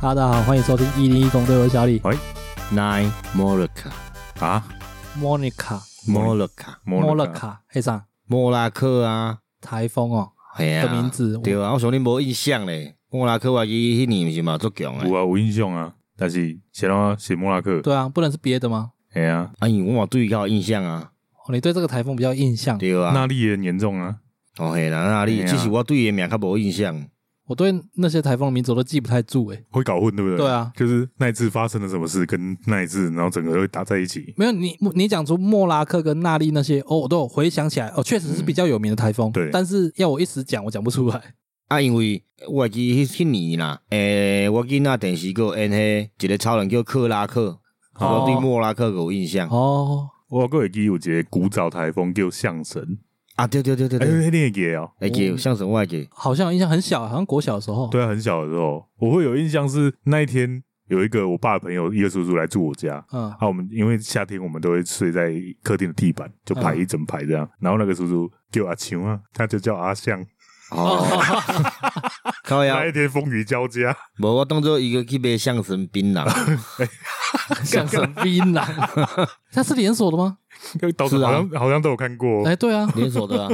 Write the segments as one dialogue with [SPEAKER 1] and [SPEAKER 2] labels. [SPEAKER 1] 哈喽，大家好，欢迎收听一零一公队，我是小李。
[SPEAKER 2] Nine Moloca
[SPEAKER 3] 啊，
[SPEAKER 1] 莫妮卡，
[SPEAKER 2] Moloca
[SPEAKER 1] 莫
[SPEAKER 3] 莫
[SPEAKER 1] 勒
[SPEAKER 3] 拉卡，
[SPEAKER 1] 卡，黑上
[SPEAKER 2] 莫拉克啊，
[SPEAKER 1] 哎台风哦，
[SPEAKER 2] 系啊，
[SPEAKER 1] 的名字
[SPEAKER 2] 对啊，我想你无印象咧。莫拉克话伊迄年毋是嘛足强
[SPEAKER 3] 有
[SPEAKER 2] 诶，
[SPEAKER 3] 啊有印象啊，但是写到写莫拉克，
[SPEAKER 1] 对啊，不能是别的吗？
[SPEAKER 3] 哎呀，
[SPEAKER 2] 啊，因为我嘛对伊较有印象啊，
[SPEAKER 1] 哦，你对这个台风比较有印象，
[SPEAKER 2] 对啊，
[SPEAKER 3] 那力也很严重啊，
[SPEAKER 2] 哦嘿啦，那
[SPEAKER 3] 嘿
[SPEAKER 2] 你
[SPEAKER 3] 啊
[SPEAKER 2] 只是我对伊诶名较无印象，
[SPEAKER 1] 我对那些台风的名字我都记不太住哎诶。
[SPEAKER 3] 会搞混对不对？
[SPEAKER 1] 对啊
[SPEAKER 3] 就是那一次发生了什么事，跟那一次，然后整个会打在一起。
[SPEAKER 1] 没有你，你讲出莫拉克跟纳利那些，哦，我都有回想起来，哦，确实是比较有名的台风，
[SPEAKER 3] 嗯对
[SPEAKER 1] 但是要我一时讲，我讲不出 来。
[SPEAKER 2] 啊，因为我会记迄迄年啦，诶，我记那电视个演迄一个超人叫克拉克，
[SPEAKER 1] 哦
[SPEAKER 2] 我对莫拉克有印象，
[SPEAKER 1] 哦，
[SPEAKER 3] 我个会记有一个古早台风叫象神，
[SPEAKER 2] 啊，对对对对
[SPEAKER 3] 哎，
[SPEAKER 2] 对，
[SPEAKER 3] 那个也哦，
[SPEAKER 2] 会记相声我会记，
[SPEAKER 1] 好像印象很小，好像国小的时候，
[SPEAKER 3] 对啊，很小的时候，我会有印象是那一天有一个我爸的朋友一个叔叔来住我家，
[SPEAKER 1] 嗯，
[SPEAKER 3] 啊，我们因为夏天我们都会睡在客厅的地板，就排一整排这样。然后那个叔叔叫阿强啊，他就叫阿象。
[SPEAKER 2] 哦，靠哎呀
[SPEAKER 3] 那一，天风雨交加，
[SPEAKER 2] 无我当做伊个去买相声槟榔。
[SPEAKER 1] 像什么槟榔， 它是连锁的吗？
[SPEAKER 3] 到处
[SPEAKER 2] 是啊
[SPEAKER 3] 好像好像都有看过。
[SPEAKER 1] 哎，对啊，
[SPEAKER 2] 连锁的啊，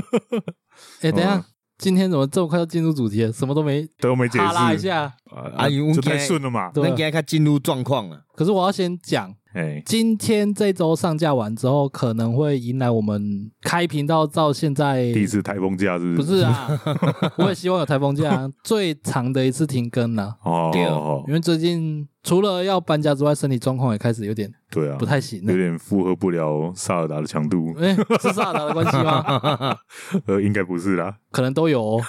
[SPEAKER 1] 哎，等一下
[SPEAKER 3] 嗯，
[SPEAKER 1] 今天怎么这么快就进入主题了？什么都没
[SPEAKER 3] 都没解释。
[SPEAKER 1] 哈拉一下，
[SPEAKER 3] 啊，
[SPEAKER 2] 啊因为
[SPEAKER 3] 这
[SPEAKER 2] 我
[SPEAKER 3] 太
[SPEAKER 2] 今
[SPEAKER 3] 顺了嘛。
[SPEAKER 1] 对啊
[SPEAKER 2] 咱今天较进入状况啊了。
[SPEAKER 1] 可是我要先讲，
[SPEAKER 3] 哎，
[SPEAKER 1] 今天这周上架完之后，可能会迎来我们开频道到现在
[SPEAKER 3] 第一次台风假是
[SPEAKER 1] 不
[SPEAKER 3] 不
[SPEAKER 1] 是 啊，我也希望有台风假，最长的一次停更了、
[SPEAKER 3] 哦，
[SPEAKER 2] 对啊
[SPEAKER 3] 哦
[SPEAKER 1] 因为最近除了要搬家之外，身体状况也开始有点
[SPEAKER 3] 对啊，
[SPEAKER 1] 不太行了
[SPEAKER 3] 有。点负荷不了萨尔达的强度。
[SPEAKER 1] 哎、是萨达的关系 吗？
[SPEAKER 3] 呃，应该不是啦，
[SPEAKER 1] 可能都有、哦。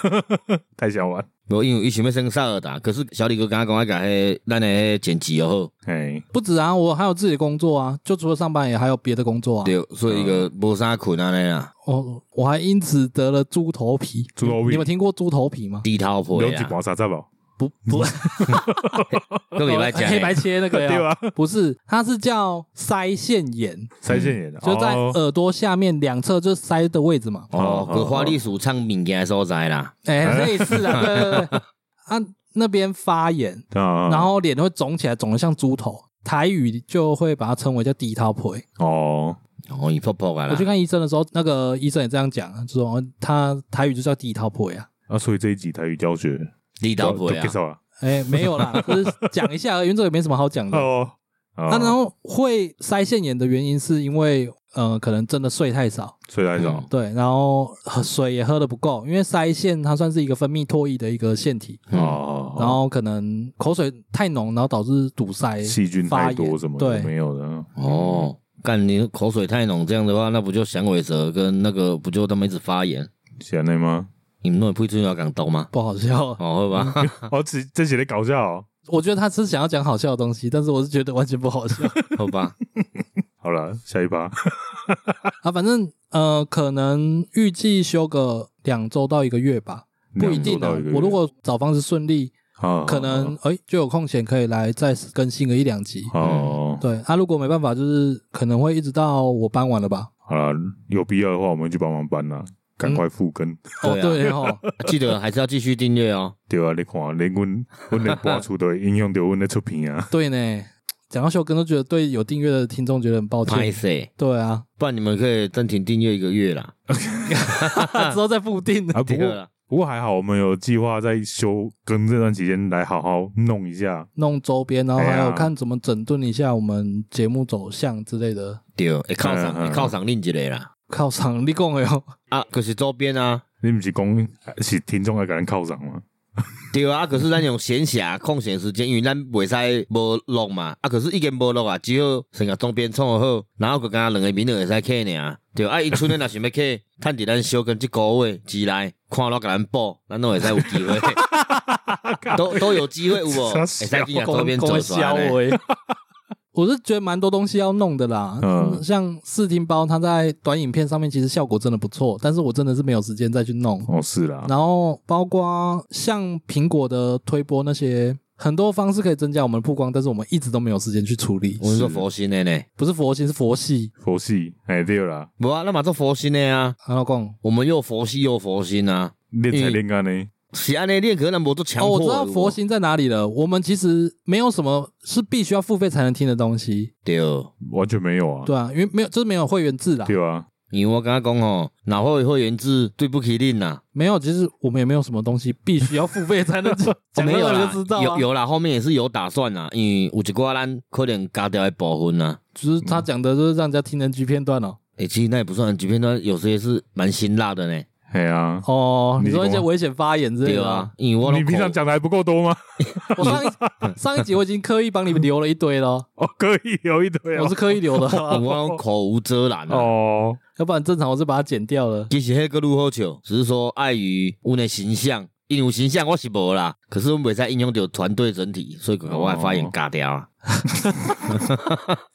[SPEAKER 3] 太想玩。
[SPEAKER 2] 无，因为伊想要升萨尔达，可是小李哥刚刚讲迄咱的迄剪辑哦，
[SPEAKER 3] 哎，
[SPEAKER 1] 不止啊，我还有自己的工作啊，就除了上班，也还有别的工作啊。
[SPEAKER 2] 对，所以个无啥困啊安尼啦，
[SPEAKER 1] 哦，我还因此得了猪头皮。
[SPEAKER 3] 猪头
[SPEAKER 1] 你
[SPEAKER 3] 皮
[SPEAKER 1] 们，听过猪头皮吗？
[SPEAKER 2] 低头
[SPEAKER 3] 有
[SPEAKER 2] 皮
[SPEAKER 3] 几
[SPEAKER 2] 啊，
[SPEAKER 3] 把沙沙宝，
[SPEAKER 1] 不不，
[SPEAKER 2] 个哦礼拜讲
[SPEAKER 1] 哦黑白切那个
[SPEAKER 3] 对
[SPEAKER 1] 呀、
[SPEAKER 3] 吧？
[SPEAKER 1] 不是，它是叫腮腺炎，
[SPEAKER 3] 腮腺炎，
[SPEAKER 1] 嗯就在呃
[SPEAKER 3] 哦
[SPEAKER 1] 耳朵下面两侧，就是腮的位置嘛。
[SPEAKER 2] 哦，个花栗鼠唱物件的所在啦，
[SPEAKER 1] 哎、类似啊，对对 对，啊，那边发炎，
[SPEAKER 3] 啊，
[SPEAKER 1] 然后脸会肿起来，肿得像猪头。台语就会把它称为叫低头皮。
[SPEAKER 3] 哦，
[SPEAKER 2] 哦，伊泡泡啊
[SPEAKER 1] 我
[SPEAKER 2] 啦
[SPEAKER 1] 去，看医生的时候，那个医生也这样讲，就说哦他台语就叫低头皮啊。
[SPEAKER 3] 啊，所以这一集台语教学
[SPEAKER 2] 低头皮啊
[SPEAKER 3] 介，绍啊，
[SPEAKER 1] 哎、没有 啦，就是讲一下而已，因为这个也没什么好讲的。
[SPEAKER 3] 哦，
[SPEAKER 1] 啊，
[SPEAKER 3] 啊
[SPEAKER 1] 然后会腮腺炎的原因是因为呃，可能真的睡太少，
[SPEAKER 3] 所以来讲
[SPEAKER 2] 嗯
[SPEAKER 1] 对，然后喝水也喝的不够，因为腮腺它算是一个分泌唾液的一个腺体，
[SPEAKER 2] 嗯
[SPEAKER 3] 哦，
[SPEAKER 1] 然后可能口水太浓，然后导致堵塞，
[SPEAKER 3] 细菌
[SPEAKER 1] 发
[SPEAKER 3] 太
[SPEAKER 1] 炎
[SPEAKER 3] 多什么
[SPEAKER 1] 对
[SPEAKER 3] 的没有的，
[SPEAKER 2] 哦，干你口水太浓，这样的话，那不就响尾蛇跟那个不就他们一直发炎？
[SPEAKER 3] 显内吗？
[SPEAKER 2] 你们那不会最要讲刀吗？
[SPEAKER 1] 不好笑。
[SPEAKER 2] 哦，会吧？
[SPEAKER 1] 啊
[SPEAKER 3] 哦，这这写的搞笑哦，
[SPEAKER 1] 我觉得他是想要讲好笑的东西，但是我是觉得完全不好 笑
[SPEAKER 2] 会吧？
[SPEAKER 3] 好了，下一趴，
[SPEAKER 1] 啊。反正呃，可能预计休个两周到一个月吧，不一定
[SPEAKER 3] 两周
[SPEAKER 1] 啊
[SPEAKER 3] 到一个。月
[SPEAKER 1] 我如果找方式顺利，
[SPEAKER 3] 啊
[SPEAKER 1] 可能哎、就有空闲可以来再更新个一两集。
[SPEAKER 3] 哦，
[SPEAKER 1] 对，啊，如果没办法，就是可能会一直到我搬完了吧。
[SPEAKER 3] 好了，有必要的话我们去帮忙搬啦，赶快复更，
[SPEAKER 1] 哦，
[SPEAKER 2] 对啊
[SPEAKER 1] 对 哦，
[SPEAKER 2] 记得还是要继续订阅 哦。
[SPEAKER 3] 对啊，你看，连阮阮的播出都会影响到阮的出 片啊，
[SPEAKER 1] 对呢。讲到休更，都觉得对有订阅的听众觉得很抱
[SPEAKER 2] 拍
[SPEAKER 1] 歉。
[SPEAKER 2] 谁？
[SPEAKER 1] 对 啊，
[SPEAKER 2] 不然你们可以暂停订阅一个月啦。
[SPEAKER 1] 之后再复定。
[SPEAKER 3] 啊，不
[SPEAKER 2] 对
[SPEAKER 3] 过
[SPEAKER 2] 啦，
[SPEAKER 3] 不过还好，我们有计划在休更这段期间来好好弄一下，
[SPEAKER 1] 弄周边，然后还
[SPEAKER 3] 哎
[SPEAKER 1] 有
[SPEAKER 3] 呀
[SPEAKER 1] 看怎么整顿一下我们节目走向之类的。
[SPEAKER 2] 对，会犒赏，
[SPEAKER 3] 嗯嗯
[SPEAKER 2] 会犒赏另一个啦。
[SPEAKER 1] 靠场你讲的哦，
[SPEAKER 2] 啊，可是周边啊，
[SPEAKER 3] 你不是讲是听众来给咱犒赏吗？
[SPEAKER 2] 对啊，啊可是咱用闲暇空闲时间，因为咱袂使无录嘛，啊，可是已经无录啊，只好先甲周边创好，然后佮敢两个名就会使客尔，对啊，伊剩诶若想要客， 趁伫咱小跟即个月之内，看落甲咱补，咱拢会使有机 会，都都有机会有无？会使去甲周边
[SPEAKER 1] 讲
[SPEAKER 2] 做
[SPEAKER 1] 的
[SPEAKER 2] 出来
[SPEAKER 1] 笑
[SPEAKER 2] 呢。
[SPEAKER 1] 话 我是觉得蛮多东西要弄的啦，
[SPEAKER 3] 嗯
[SPEAKER 1] 像视听包，它在短影片上面其实效果真的不错，但是我真的是没有时间再去弄。
[SPEAKER 3] 哦，是啦，
[SPEAKER 1] 然后包括像苹果的推播那些，很多方式可以增加我们的曝光，但是我们一直都没有时间去处理。
[SPEAKER 2] 我们做佛心的呢，
[SPEAKER 1] 不是佛系，是佛系。
[SPEAKER 3] 佛系，哎，对啦，
[SPEAKER 2] 无啊，咱嘛做佛心的啊，
[SPEAKER 1] 啊，老公，
[SPEAKER 2] 我们又佛系又佛心啊。
[SPEAKER 3] 练才练干呢，
[SPEAKER 2] 是安尼，你也可能无做强
[SPEAKER 1] 哦，
[SPEAKER 2] 迫
[SPEAKER 1] 我
[SPEAKER 2] 的。
[SPEAKER 1] 知道
[SPEAKER 2] 有无
[SPEAKER 1] 佛心在哪里了。我们其实没有什么是必须要付费才能听的东 西，
[SPEAKER 2] 对，
[SPEAKER 3] 完全没有啊，
[SPEAKER 1] 对啊，因为没有就是没有会员制啦，
[SPEAKER 3] 对啊，
[SPEAKER 2] 因为我刚刚讲吼，哪会会员制对不起恁呐？
[SPEAKER 1] 没有，其实我们也没有什么东西必须要付费才能
[SPEAKER 2] 哦
[SPEAKER 1] 讲，
[SPEAKER 2] 没有
[SPEAKER 1] 到
[SPEAKER 2] 啦
[SPEAKER 1] 你就知道、啊，
[SPEAKER 2] 有有啦，后面也是有打算啦，因为有一寡咱可能加掉一部分啦。
[SPEAKER 1] 就是他讲的就是让人家听人 G 片段哦。
[SPEAKER 2] 诶、其实那也不算，即便它有些是蛮辛辣的呢。
[SPEAKER 3] 哎呀，
[SPEAKER 1] 哦，你说一
[SPEAKER 3] 你
[SPEAKER 1] 些
[SPEAKER 3] 懂吗
[SPEAKER 1] 危险发言之类
[SPEAKER 2] 对
[SPEAKER 1] 的
[SPEAKER 2] 啊
[SPEAKER 1] 吗。，
[SPEAKER 2] 因为我
[SPEAKER 3] 你平常
[SPEAKER 2] 口
[SPEAKER 3] 讲的还不够多吗？
[SPEAKER 1] 我上一 上一集我已经刻意帮你们留了一堆了，
[SPEAKER 3] 哦，可以有一堆
[SPEAKER 1] 我
[SPEAKER 3] 哦
[SPEAKER 1] 是，刻意留的，
[SPEAKER 2] 因为啊 我讲口无遮拦啊。
[SPEAKER 3] 哦，
[SPEAKER 1] 要不然正常我是把它剪掉了。
[SPEAKER 2] 其实迄个愈好笑，只是说碍于阮的形象，因为形象我是无啦，可是阮袂使影响到团队整体，所以就把我的发言尬掉啊。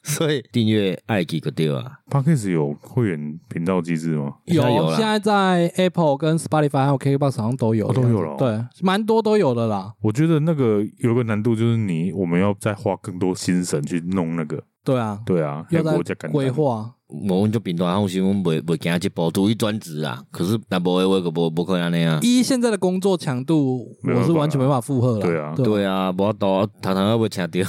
[SPEAKER 2] 所以订阅爱记个对啊，
[SPEAKER 3] p a c k a g e 有会员频道机制吗？
[SPEAKER 2] 现在有啊
[SPEAKER 1] 啊现在
[SPEAKER 2] 啦。
[SPEAKER 1] 在 Apple 跟 Spotify 还有 KKBox 好像都有，
[SPEAKER 3] 哦都有了哦
[SPEAKER 1] 对，蛮多都有的啦。
[SPEAKER 3] 我觉得那个有一个难度就是你我们要再花更多心神去弄那个，
[SPEAKER 1] 对啊，
[SPEAKER 3] 对啊，
[SPEAKER 1] 又
[SPEAKER 3] 要国
[SPEAKER 1] 在
[SPEAKER 3] 家感
[SPEAKER 1] 规划。
[SPEAKER 2] 无阮就平淡，放心，阮袂袂惊这步，除非转职啊。可是若无的话，就无无可能安尼啊。
[SPEAKER 1] 一现在的工作强度，
[SPEAKER 3] 没有
[SPEAKER 1] 我是
[SPEAKER 3] 办法
[SPEAKER 1] 完全没办法负荷了。
[SPEAKER 3] 对啊
[SPEAKER 2] 对啊，无多，常常要被请掉。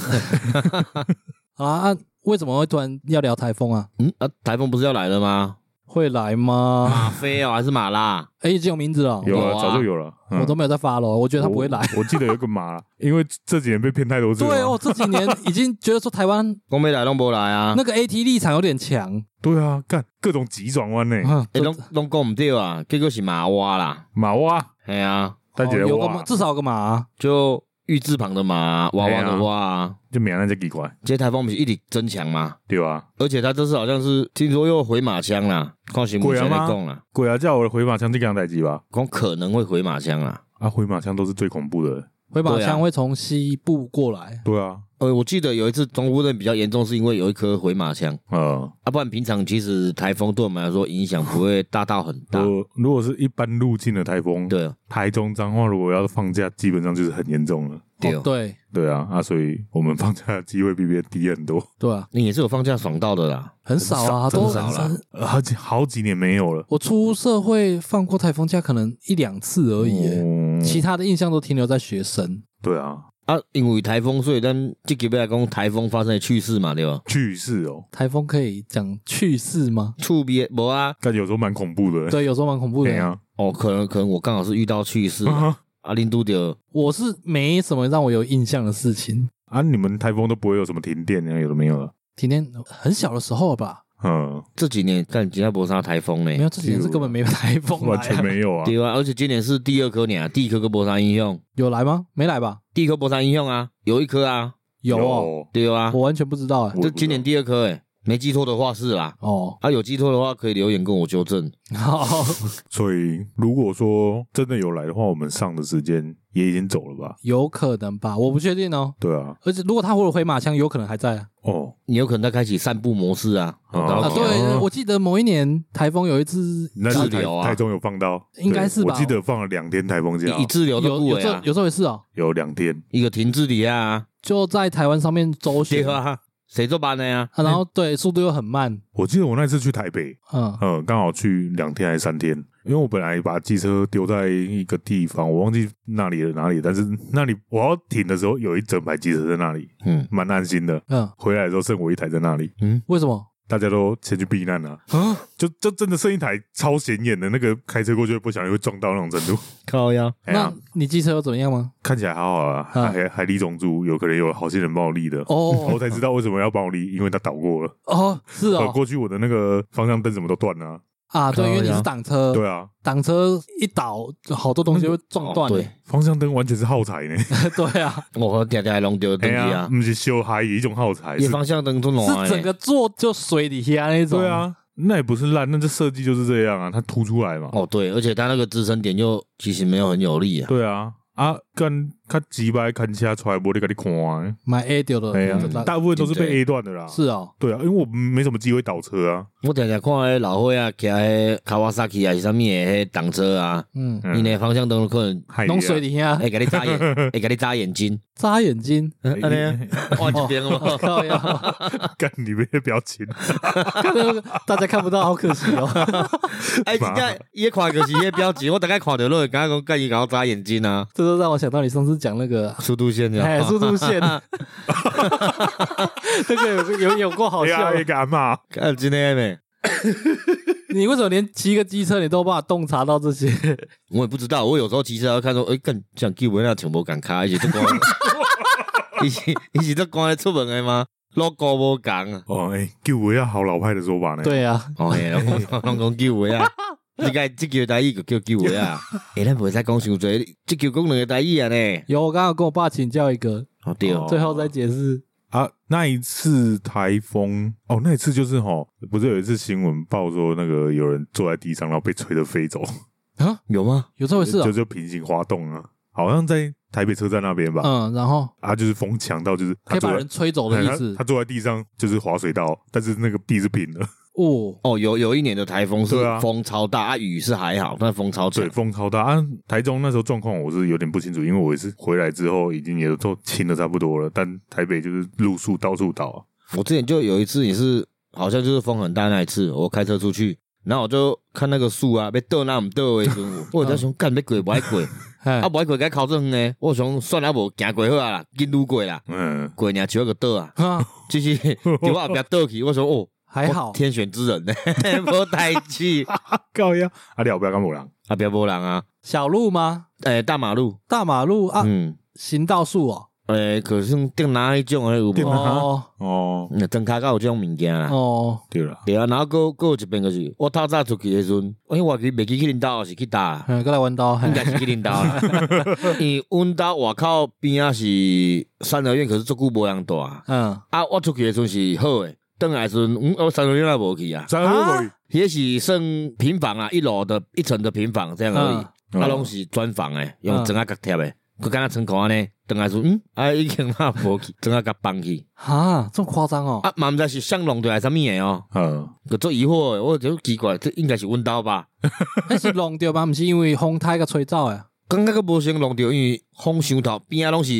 [SPEAKER 1] 好啦，啊，为什么会突然要聊台风啊？
[SPEAKER 2] 嗯啊，台风不是要来了吗？
[SPEAKER 1] 会来 吗？
[SPEAKER 2] 马飞哦，还是马拉？
[SPEAKER 1] 哎，已经有名字了，
[SPEAKER 3] 有哦
[SPEAKER 2] 有
[SPEAKER 3] 啊，
[SPEAKER 2] 啊
[SPEAKER 3] 早就有了，嗯
[SPEAKER 1] 我都没有在发了，我觉得他不会来。
[SPEAKER 3] 我。我记得有一个马，因为这几年被骗太多次 了。
[SPEAKER 1] 对哦，这几年 已经觉得说台湾
[SPEAKER 2] 讲要来拢无来啊
[SPEAKER 1] 那？个 AT 立场有点强，
[SPEAKER 3] 对啊，干各种急转弯呢，
[SPEAKER 1] 啊这
[SPEAKER 2] 诶，欸拢拢讲毋对啊，结果是马蛙啦。
[SPEAKER 3] 马蛙，
[SPEAKER 2] 系啊，
[SPEAKER 3] 大姐
[SPEAKER 1] 哦有个
[SPEAKER 3] 蛙
[SPEAKER 1] 嘛，，至少有个马啊，
[SPEAKER 2] 就玉字旁的马，娃娃的娃、啊。
[SPEAKER 3] 就免那些奇怪，
[SPEAKER 2] 这台风不是一直增强吗？
[SPEAKER 3] 对吧？
[SPEAKER 2] 而且他这次好像是听说又回马枪啦，看新闻
[SPEAKER 3] 鬼
[SPEAKER 2] 在
[SPEAKER 3] 啊吗
[SPEAKER 2] 讲啦，
[SPEAKER 3] 鬼啊，叫我的回马枪这样代机吧，
[SPEAKER 2] 讲可能会回马枪啦。
[SPEAKER 3] 啊，回马枪都是最恐怖的，
[SPEAKER 1] 回马
[SPEAKER 2] 对啊
[SPEAKER 1] 枪会从西部过来，
[SPEAKER 3] 对啊，
[SPEAKER 2] 呃，我记得有一次中乌镇比较严重，是因为有一颗回马枪，
[SPEAKER 3] 呃，
[SPEAKER 2] 啊，不然平常其实台风对我们来说影响不会大到很大。
[SPEAKER 3] 我如果是一般路径的台风，
[SPEAKER 2] 对啊
[SPEAKER 3] 台中彰化如果要放假，基本上就是很严重了。
[SPEAKER 2] 对
[SPEAKER 1] 哦，对
[SPEAKER 3] 对啊，啊，所以我们放假的机会比别人低很多，
[SPEAKER 1] 对啊，
[SPEAKER 2] 你也是有放假爽到的啦，
[SPEAKER 1] 很少啊，
[SPEAKER 2] 很
[SPEAKER 1] 都
[SPEAKER 2] 少啦。
[SPEAKER 3] 呃好几好几年没有了。
[SPEAKER 1] 我出社会放过台风假可能一两次而已耶，
[SPEAKER 3] 嗯
[SPEAKER 1] 其他的印象都停留在学生。
[SPEAKER 3] 对啊，
[SPEAKER 2] 啊，因为台风，所以咱这集要来讲台风发生的趣事嘛，对吧？
[SPEAKER 3] 去世哦，
[SPEAKER 1] 台风可以讲趣事吗？
[SPEAKER 2] 触别无啊，
[SPEAKER 3] 但有时候蛮恐怖的。
[SPEAKER 1] 对，有时候蛮恐怖
[SPEAKER 3] 对
[SPEAKER 1] 的。
[SPEAKER 3] 啊，
[SPEAKER 2] 哦，可能可能我刚好是遇到趣事啦，
[SPEAKER 3] 啊
[SPEAKER 2] 啊，林都着
[SPEAKER 1] 我是没什么让我有印象的事情。
[SPEAKER 3] 啊，你们台风都不会有什么停电，那有的 没有了。
[SPEAKER 1] 今天很小的时候吧，啊
[SPEAKER 3] 嗯，
[SPEAKER 2] 这几年但吉他博沙台风
[SPEAKER 1] 没有
[SPEAKER 2] 呢，
[SPEAKER 1] 这几年是根本没有台风来啊
[SPEAKER 3] 完全没有啊。
[SPEAKER 2] 对啊，而且今年是第二颗呢，第一颗跟博沙英雄，
[SPEAKER 1] 有来吗？没来吧？
[SPEAKER 2] 第一颗博沙英雄啊，有一颗啊，
[SPEAKER 1] 有哦，
[SPEAKER 2] 对啊
[SPEAKER 1] 我，完全不知道哎、
[SPEAKER 3] 我
[SPEAKER 2] 这今年第二颗诶，没记错的话是啦，
[SPEAKER 1] 哦，
[SPEAKER 2] 啊有记错的话可以留言跟我纠正，
[SPEAKER 1] 好，
[SPEAKER 3] 所以如果说真的有来的话，我们上的时间也已经走了吧？
[SPEAKER 1] 有可能吧，我不确定哦。
[SPEAKER 3] 对啊，
[SPEAKER 1] 而且如果他回了回马枪，有可能还在啊。
[SPEAKER 3] 哦，
[SPEAKER 2] 你有可能在开启散步模式啊，
[SPEAKER 3] 哦
[SPEAKER 2] 然
[SPEAKER 1] 啊，
[SPEAKER 2] 后
[SPEAKER 3] 哦
[SPEAKER 1] 对，我记得某一年台风有一次
[SPEAKER 3] 那是
[SPEAKER 2] 滞
[SPEAKER 3] 台
[SPEAKER 2] 留啊
[SPEAKER 3] 台中有放到，
[SPEAKER 1] 应该是吧
[SPEAKER 3] 对我记得放了两天台风假，
[SPEAKER 2] 以滞留的
[SPEAKER 1] 有
[SPEAKER 2] 部
[SPEAKER 1] 有
[SPEAKER 2] 位
[SPEAKER 1] 这
[SPEAKER 2] 啊，
[SPEAKER 1] 有这回事哦，
[SPEAKER 3] 有两天。
[SPEAKER 2] 一个停滞底下啊，
[SPEAKER 1] 就在台湾上面周
[SPEAKER 2] 对
[SPEAKER 1] 旋啊，
[SPEAKER 2] 啊，谁做班的啊呀？
[SPEAKER 1] 然后对速度又很慢，
[SPEAKER 3] 我记得我那次去台北，
[SPEAKER 1] 嗯，
[SPEAKER 3] 嗯，刚好去两天还是三天，因为我本来把机车丢在一个地方，我忘记那里了哪里，但是那里我要停的时候，有一整排机车在那里，
[SPEAKER 2] 嗯
[SPEAKER 3] 蛮安心的。
[SPEAKER 1] 嗯，
[SPEAKER 3] 回来的时候剩我一台在那里，
[SPEAKER 2] 嗯，
[SPEAKER 1] 为什么？
[SPEAKER 3] 大家都先去避难了、
[SPEAKER 1] 啊，
[SPEAKER 3] 就就真的剩一台超显眼的那个，开车过去不小心会撞到那种程度。
[SPEAKER 2] 靠呀，
[SPEAKER 3] 哎呀
[SPEAKER 1] 那，你机车又怎么样吗？
[SPEAKER 3] 看起来还好啊，
[SPEAKER 1] 嗯
[SPEAKER 3] 还还立中柱，有可能有好心人帮我立的。我
[SPEAKER 1] 哦
[SPEAKER 3] 才知道为什么要帮我立，因为他倒过了，
[SPEAKER 1] 哦，是
[SPEAKER 3] 倒
[SPEAKER 1] 哦
[SPEAKER 3] 过去我的那个方向灯什么都断了啊、
[SPEAKER 1] 啊，对，因为
[SPEAKER 2] 靠
[SPEAKER 1] 你
[SPEAKER 2] 呀
[SPEAKER 1] 是挡车，
[SPEAKER 3] 对啊，
[SPEAKER 1] 挡车一倒，好多东西会撞断、
[SPEAKER 2] 哦对，
[SPEAKER 3] 方向灯完全是耗材呢。
[SPEAKER 1] 对啊，
[SPEAKER 2] 我嗲嗲弄丢
[SPEAKER 3] 哎
[SPEAKER 2] 东西
[SPEAKER 3] 呀，
[SPEAKER 2] 啊，
[SPEAKER 3] 不是修海一种耗材，
[SPEAKER 2] 一
[SPEAKER 3] 是
[SPEAKER 2] 方向灯都弄
[SPEAKER 1] 是整个座就水底下那种。
[SPEAKER 3] 对，啊，那也不是烂，那这设计就是这样啊，它
[SPEAKER 1] 哦
[SPEAKER 3] 凸出来嘛。
[SPEAKER 2] 哦，对，而且它那个支撑点又其实没有很有力啊。
[SPEAKER 3] 对啊，啊，干较急白看车出来，无咧甲你看的。
[SPEAKER 1] 买 A 掉的，
[SPEAKER 3] 哎呀
[SPEAKER 1] 就，
[SPEAKER 3] 大部分都是
[SPEAKER 2] 真多
[SPEAKER 3] 被 A 段的啦。
[SPEAKER 1] 是哦，
[SPEAKER 3] 对啊，因为我没什么机会倒车啊。
[SPEAKER 2] 我常常看迄老伙仔骑迄卡瓦萨奇啊，是啥物诶，迄挡车啊，
[SPEAKER 1] 嗯，
[SPEAKER 3] 嗯
[SPEAKER 2] 伊呢方向灯可能
[SPEAKER 3] 害
[SPEAKER 2] 哎
[SPEAKER 3] 你啊
[SPEAKER 1] 弄水里下
[SPEAKER 2] 会甲你眨 眼，会甲你眨眼睛，
[SPEAKER 1] 眨眼 睛，
[SPEAKER 2] 安尼啊，换一边
[SPEAKER 1] 哦
[SPEAKER 2] 咯。
[SPEAKER 1] 靠呀！
[SPEAKER 3] 干你们的表情，
[SPEAKER 1] 看那个大家看不到，好可惜 哦。
[SPEAKER 2] 哎，真正伊迄看就是迄标志，我大概看着落，感觉讲干伊甲我眨眼睛啊，
[SPEAKER 1] 这都让我想到你上次讲那个，
[SPEAKER 2] 速度线这
[SPEAKER 1] 哎，
[SPEAKER 2] 样。
[SPEAKER 1] 速度 线，这个有有有 过好
[SPEAKER 3] 哎
[SPEAKER 1] 笑
[SPEAKER 3] 呀，
[SPEAKER 1] 的。
[SPEAKER 3] 一个阿嬷
[SPEAKER 2] 看真诶没？
[SPEAKER 1] 你为什么连骑个机车你都有办法洞察到这些？
[SPEAKER 2] 我也不知道，我有时候骑车看说，哎，干像基本上全部敢开，伊是都 讲，伊是伊是都讲出门诶吗？logo 无共啊。
[SPEAKER 3] 哦，哎，救我要好老派的说法呢。，
[SPEAKER 1] 对啊，
[SPEAKER 2] 哦，嘿，拢讲 拢讲救维啊！你该即球台语就叫救维 啊！哎，咱袂使讲伤侪，即球讲两个台语啊呢。
[SPEAKER 1] 有我刚刚有跟我爸请教一个，
[SPEAKER 2] 哦对，
[SPEAKER 3] 哦
[SPEAKER 1] 最后再解释。
[SPEAKER 3] 啊，那一次台风，哦，那一次就是吼，不是有一次新闻报说那个有人坐在地上，然后被吹得飞走，
[SPEAKER 2] 有吗？
[SPEAKER 1] 哦啊有这回事
[SPEAKER 3] 就
[SPEAKER 1] 哦，
[SPEAKER 3] 就平行滑动啊，好像在台北车站那边吧。
[SPEAKER 1] 嗯，然后
[SPEAKER 3] 啊，就是风强到就是
[SPEAKER 1] 可
[SPEAKER 3] 他
[SPEAKER 1] 以把
[SPEAKER 3] 坐
[SPEAKER 1] 人
[SPEAKER 3] 在
[SPEAKER 1] 吹走的
[SPEAKER 3] 哎
[SPEAKER 1] 意
[SPEAKER 3] 他
[SPEAKER 1] 思
[SPEAKER 3] 他。坐在地上就是滑水道，但是那个地是平的，
[SPEAKER 1] 哦，
[SPEAKER 2] 哦，有有一年的台风是
[SPEAKER 3] 对啊
[SPEAKER 2] 风超大，啊雨是还好，但风超
[SPEAKER 3] 对，
[SPEAKER 2] 强。
[SPEAKER 3] 风超大啊！台中那时候状况我是有点不清楚，因为我也是回来之后已经也都清的差不多了，但台北就是路树到处倒、啊，
[SPEAKER 2] 我之前就有一次也是，好像就是风很大那一次，我开车出去，然后我就看那个树啊，被倒那唔倒的时候， 我有在想干要过不爱 过，
[SPEAKER 1] 哎
[SPEAKER 2] 啊，不爱过该考证呢。我想算了，无行过好啊啦，紧路过啦，
[SPEAKER 3] 嗯，
[SPEAKER 2] 过呢就个倒啊，
[SPEAKER 1] 啊，
[SPEAKER 2] 就是伫我后壁倒去，我说哦。
[SPEAKER 1] 还
[SPEAKER 2] 我
[SPEAKER 1] 好，
[SPEAKER 2] 天选 之人呢，无代志，
[SPEAKER 3] 高呀，啊，你后边干嘛人？
[SPEAKER 2] 啊，别无人啊，
[SPEAKER 1] 小路吗？
[SPEAKER 2] 诶，大马路，
[SPEAKER 1] 大马路啊，
[SPEAKER 2] 嗯，
[SPEAKER 1] 行道树哦。
[SPEAKER 2] 诶，可是定哪一种啊诶有
[SPEAKER 3] 电
[SPEAKER 2] 无？
[SPEAKER 3] 脑
[SPEAKER 1] 哦
[SPEAKER 3] 哦，
[SPEAKER 2] 嗯灯卡有这种物件啦，
[SPEAKER 1] 哦，
[SPEAKER 3] 对了，
[SPEAKER 2] 对啊，然后搁搁有一边就是，我透早出去诶时阵，因为我记袂记去恁兜是去搭，
[SPEAKER 1] 嗯，过来弯刀，嘿
[SPEAKER 2] 应该是去恁 兜啦，因为阮兜外口边啊是三合院，可是足久无人住啊，
[SPEAKER 1] 嗯，
[SPEAKER 2] 啊，我出去诶时阵是好诶。等来的时阵，嗯我三合院也无去啊，
[SPEAKER 3] 三合会
[SPEAKER 2] 也许算平房啊，一楼的一层的平房这样而已。
[SPEAKER 1] 嗯
[SPEAKER 2] 啊，
[SPEAKER 3] 嗯
[SPEAKER 2] 拢是砖房诶，用
[SPEAKER 1] 嗯
[SPEAKER 2] 砖啊甲贴诶，佮敢若床单呢，当来说，嗯， 啊已经嘛无 去，砖啊甲放去，
[SPEAKER 1] 哈，这么夸张哦？
[SPEAKER 2] 啊嘛毋知是向弄对还是啥物诶哦，
[SPEAKER 3] 嗯，
[SPEAKER 2] 佮做疑惑诶，我就奇怪，这应该是阮兜吧？
[SPEAKER 1] 那是弄掉吧？不是因为风太个吹走诶。
[SPEAKER 2] 感觉佮无先弄着，因为风伤头边啊拢是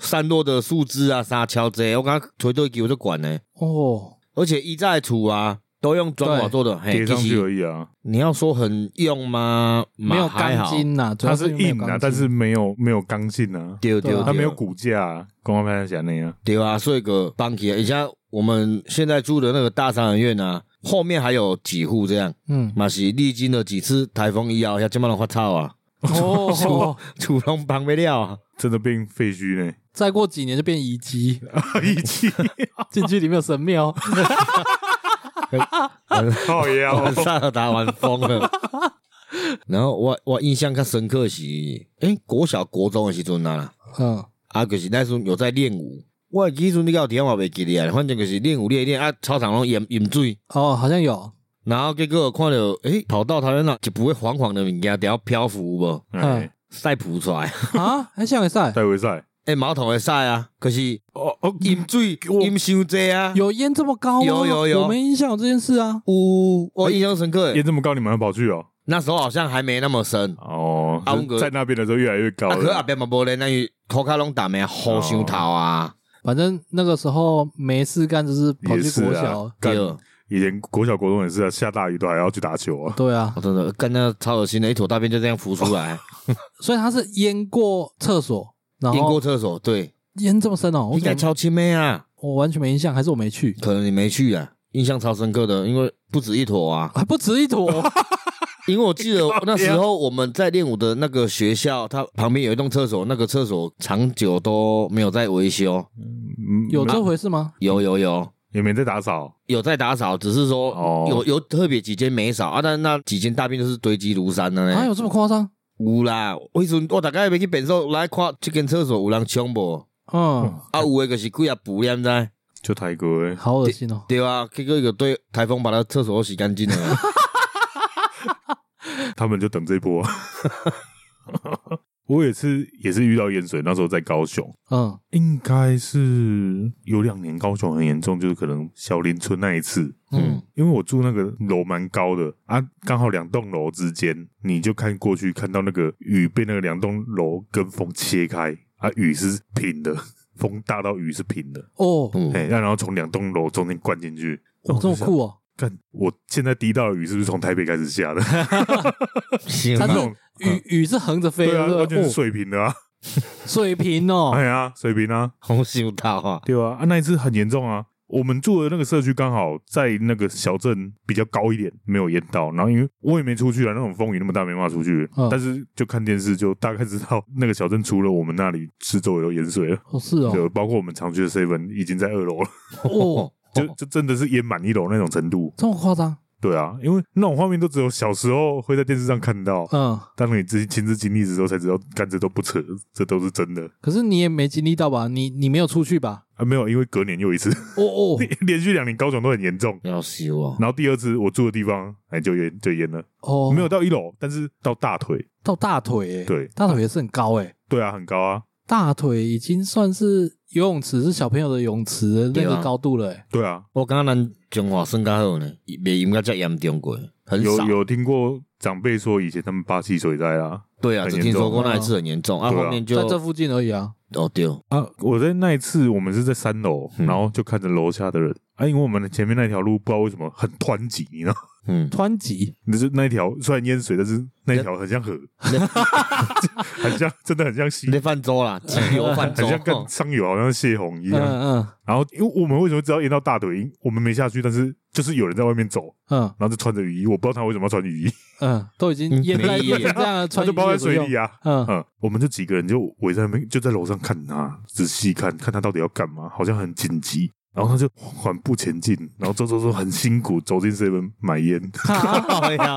[SPEAKER 2] 散落的树枝啊、沙超这，我感觉吹到球就悬诶，
[SPEAKER 1] 哦，
[SPEAKER 2] 而且伊在厝啊都用砖瓦
[SPEAKER 1] 对
[SPEAKER 2] 做的，嘿，
[SPEAKER 3] 叠上去
[SPEAKER 2] 其实
[SPEAKER 3] 而已啊，
[SPEAKER 2] 你要说很用吗？嘛
[SPEAKER 1] 没有
[SPEAKER 2] 还
[SPEAKER 1] 钢
[SPEAKER 2] 好，
[SPEAKER 1] 筋呐，主要
[SPEAKER 3] 它
[SPEAKER 1] 是
[SPEAKER 3] 是
[SPEAKER 1] 因为
[SPEAKER 3] 硬
[SPEAKER 1] 没有
[SPEAKER 3] 啊
[SPEAKER 1] 钢，
[SPEAKER 3] 但是
[SPEAKER 1] 筋
[SPEAKER 3] 没有没有刚性啊，
[SPEAKER 2] 对对
[SPEAKER 1] 对啊
[SPEAKER 2] 对，
[SPEAKER 3] 它没有骨架啊，公安拍讲那样，
[SPEAKER 2] 对啊，所以个帮起，而且我们现在住的那个大三合院啊，后面还有几户这样，
[SPEAKER 1] 嗯，
[SPEAKER 2] 嘛是历经了几次台风以后，遐这么人发臭啊，
[SPEAKER 1] 哦，
[SPEAKER 2] 厝拢帮不了啊。
[SPEAKER 3] 真的变废墟呢，
[SPEAKER 1] 再过几年就变遗迹，
[SPEAKER 3] 一起
[SPEAKER 1] 进去里面有神庙，
[SPEAKER 3] 靠呀，
[SPEAKER 2] 晚上打完风了。 然后我我印象较深刻是，诶、国小国中的时阵啊，
[SPEAKER 1] 嗯，
[SPEAKER 2] 啊，就是那时阵有在练舞。我记阵你到底我袂记咧啊，反正就是练舞练一练啊，操场拢淹淹水，
[SPEAKER 1] 哦，好像有，
[SPEAKER 2] 然后结果看到诶、跑到台湾那一不会黄黄的物件，底下漂浮有
[SPEAKER 1] 嗯
[SPEAKER 2] 无，
[SPEAKER 3] 哎，
[SPEAKER 2] 晒浮出来。
[SPEAKER 1] 啊，还像也赛，
[SPEAKER 3] 带回赛，
[SPEAKER 2] 诶，马桶会使啊，可是
[SPEAKER 3] 哦哦，
[SPEAKER 2] 饮水
[SPEAKER 3] 我
[SPEAKER 2] 饮伤济啊。
[SPEAKER 1] 有烟这么高吗？
[SPEAKER 2] 有有有
[SPEAKER 1] 我没印象有这件事啊。
[SPEAKER 2] 有，我哎印象深刻
[SPEAKER 3] 淹
[SPEAKER 2] 诶。
[SPEAKER 3] 这么高，你们还跑去哦？
[SPEAKER 2] 那时候好像还没那么深，
[SPEAKER 3] 哦
[SPEAKER 2] 啊文，哥
[SPEAKER 3] 在那边的时候越来越高
[SPEAKER 2] 啊，可
[SPEAKER 3] 了。
[SPEAKER 2] 阿伯嘛无咧，那伊口卡拢打咩，好伤头啊。
[SPEAKER 1] 反正那个时候没事干，就是跑
[SPEAKER 3] 也
[SPEAKER 1] 去
[SPEAKER 3] 是
[SPEAKER 1] 国小。
[SPEAKER 3] 啊，
[SPEAKER 2] 对，
[SPEAKER 3] 干
[SPEAKER 2] 我
[SPEAKER 3] 以前国小国中也是啊，下大雨都还要去打球啊。
[SPEAKER 1] 对啊，
[SPEAKER 2] 哦真的干那超恶心的，一坨大便就这样浮出来，
[SPEAKER 1] 所以他是淹过厕所，然
[SPEAKER 2] 淹过
[SPEAKER 1] 后
[SPEAKER 2] 厕所，对，
[SPEAKER 1] 淹这么深哦、我
[SPEAKER 2] 应
[SPEAKER 1] 怎
[SPEAKER 2] 该
[SPEAKER 1] 么
[SPEAKER 2] 超清妹啊，
[SPEAKER 1] 我完全没印象，还是我没 去，
[SPEAKER 2] 可能你没去啊。印象超深刻的，因为不止一坨 啊！
[SPEAKER 1] 还不止一坨
[SPEAKER 2] 因为我记得那时候我们在练舞的那个学校，它旁边有一栋厕所，那个厕所长久都没有在维修。
[SPEAKER 3] 嗯
[SPEAKER 1] 有这
[SPEAKER 3] 没
[SPEAKER 1] 回事 吗？
[SPEAKER 2] 有有有，
[SPEAKER 3] 也没在打扫，
[SPEAKER 2] 有在打扫，只是说
[SPEAKER 3] 哦
[SPEAKER 2] 有有特别几间没扫啊，但那几间大便都是堆积如山的
[SPEAKER 1] 还
[SPEAKER 3] 哎
[SPEAKER 2] 呢。
[SPEAKER 1] 啊有这么夸张？
[SPEAKER 2] 有啦，我迄阵我大概要去便所来看这间厕所有人冲无，
[SPEAKER 1] 嗯，
[SPEAKER 3] 哎
[SPEAKER 2] 啊有诶就是几啊布你知道？
[SPEAKER 3] 就泰哥欸，
[SPEAKER 1] 好恶心哦、
[SPEAKER 2] 对啊，结果有对台风把他厕所都洗干净 了。
[SPEAKER 3] 他们就等这一波。 我也是也是遇到淹水，那时候在高雄，
[SPEAKER 1] 嗯，
[SPEAKER 3] 应该是有两年高雄很严重，就是可能小林村那一次。
[SPEAKER 1] 嗯
[SPEAKER 2] 嗯，
[SPEAKER 3] 因为我住那个楼蛮高的啊，刚好两栋楼之间，你就看过去看到那个雨被那个两栋楼跟风切开，啊，雨是平的， 风大到雨是平的，
[SPEAKER 1] 哦，
[SPEAKER 2] 嗯
[SPEAKER 3] 哎、那然后从两栋楼中间灌进去，
[SPEAKER 1] 哦，这么酷哦，
[SPEAKER 3] 干！我现在滴到的雨是不是从台北开始下的？
[SPEAKER 2] 是
[SPEAKER 1] 它
[SPEAKER 2] 吗
[SPEAKER 1] 是
[SPEAKER 3] 种
[SPEAKER 1] 雨雨是横着飞
[SPEAKER 3] 对啊，
[SPEAKER 1] 的，
[SPEAKER 3] 完
[SPEAKER 1] 对
[SPEAKER 3] 全
[SPEAKER 1] 不对哦
[SPEAKER 3] 是水平的啊，
[SPEAKER 1] 水平哦，
[SPEAKER 3] 哎呀，水平啊，
[SPEAKER 2] 红袖套啊，
[SPEAKER 3] 对啊，啊那一次很严重啊。我们住的那个社区刚好在那个小镇比较高一点，没有淹到。然后因为我也没出去啊，那种风雨那么大，没办法出去。
[SPEAKER 1] 嗯
[SPEAKER 3] 但是就看电视，就大概知道那个小镇除了我们那里，四周围都淹水了。
[SPEAKER 1] 哦是哦，
[SPEAKER 3] 就包括我们常去的 seven 已经在二楼了，
[SPEAKER 1] 哦，
[SPEAKER 3] 就就真的是淹满一楼那种程度。
[SPEAKER 1] 这么夸张，
[SPEAKER 3] 对啊，因为那种画面都只有小时候会在电视上看到，
[SPEAKER 1] 嗯，
[SPEAKER 3] 当你自己亲自经历的时候才知道，干这都不扯，这都是真的
[SPEAKER 1] 可是你也没经历到吧？你你没有出去吧？
[SPEAKER 3] 啊！没有，因为隔年又一次，
[SPEAKER 1] 哦哦
[SPEAKER 3] 连续两年高雄都很严重。
[SPEAKER 2] 要修哦，
[SPEAKER 3] 然后第二次我住的地方，哎，就淹就淹了，
[SPEAKER 1] 哦，
[SPEAKER 3] 没有到一楼，但是到大腿，
[SPEAKER 1] 到大腿、欸，，
[SPEAKER 3] 对
[SPEAKER 1] 大腿也是很高诶、
[SPEAKER 3] 对啊，很高啊，
[SPEAKER 1] 大腿已经算是游泳池是小朋友的泳池的那
[SPEAKER 2] 对
[SPEAKER 1] 个
[SPEAKER 2] 啊
[SPEAKER 1] 高度了、欸，
[SPEAKER 3] 对啊，
[SPEAKER 2] 我感觉咱中华算较好呢，袂淹到遮严重过，很
[SPEAKER 3] 有
[SPEAKER 2] 少。
[SPEAKER 3] 有听过长辈说以前他们八七水灾啦，
[SPEAKER 2] 对啊，
[SPEAKER 3] 很
[SPEAKER 2] 只
[SPEAKER 3] 严
[SPEAKER 2] 听说
[SPEAKER 3] 重
[SPEAKER 2] 过
[SPEAKER 1] 啊
[SPEAKER 2] 那一次很严重，啊，
[SPEAKER 3] 对啊
[SPEAKER 2] 后面就
[SPEAKER 1] 在这附近而已啊。
[SPEAKER 2] 哦对，
[SPEAKER 3] 啊，我在那一次我们是在三楼，
[SPEAKER 2] 嗯
[SPEAKER 3] 然后就看着楼下的人，啊，因为我们的前面那条路不知道为什么很湍急，你知道，
[SPEAKER 2] 嗯，
[SPEAKER 1] 湍急，
[SPEAKER 3] 就是那一条虽然淹水，但是那一条很像 河， 很像真的很像溪
[SPEAKER 2] 你。在泛舟啦，急流泛舟
[SPEAKER 3] 很，像跟
[SPEAKER 2] 哦
[SPEAKER 3] 上游好像泄洪一
[SPEAKER 1] 嗯
[SPEAKER 3] 样，
[SPEAKER 1] 嗯
[SPEAKER 3] 然后因为我们为什么知道淹到大腿？因为我们没下去，但是就是有人在外面走，
[SPEAKER 1] 嗯
[SPEAKER 3] 然后就穿着雨衣，我不知道他为什么要穿雨衣，
[SPEAKER 1] 嗯，都已经
[SPEAKER 2] 嗯
[SPEAKER 1] 淹在
[SPEAKER 2] 没意义
[SPEAKER 1] 淹成这 样了，
[SPEAKER 3] 他
[SPEAKER 1] 穿
[SPEAKER 3] 就包在水里
[SPEAKER 1] 啊。
[SPEAKER 3] 啊。
[SPEAKER 1] 嗯，
[SPEAKER 3] 嗯，我们就几个人就围在那边，就在楼上看他，仔细看看他到底要干嘛，好像很紧急。然后他就缓步前进，然后走走走，很辛苦，走进 seven 买烟。
[SPEAKER 2] 哎呀，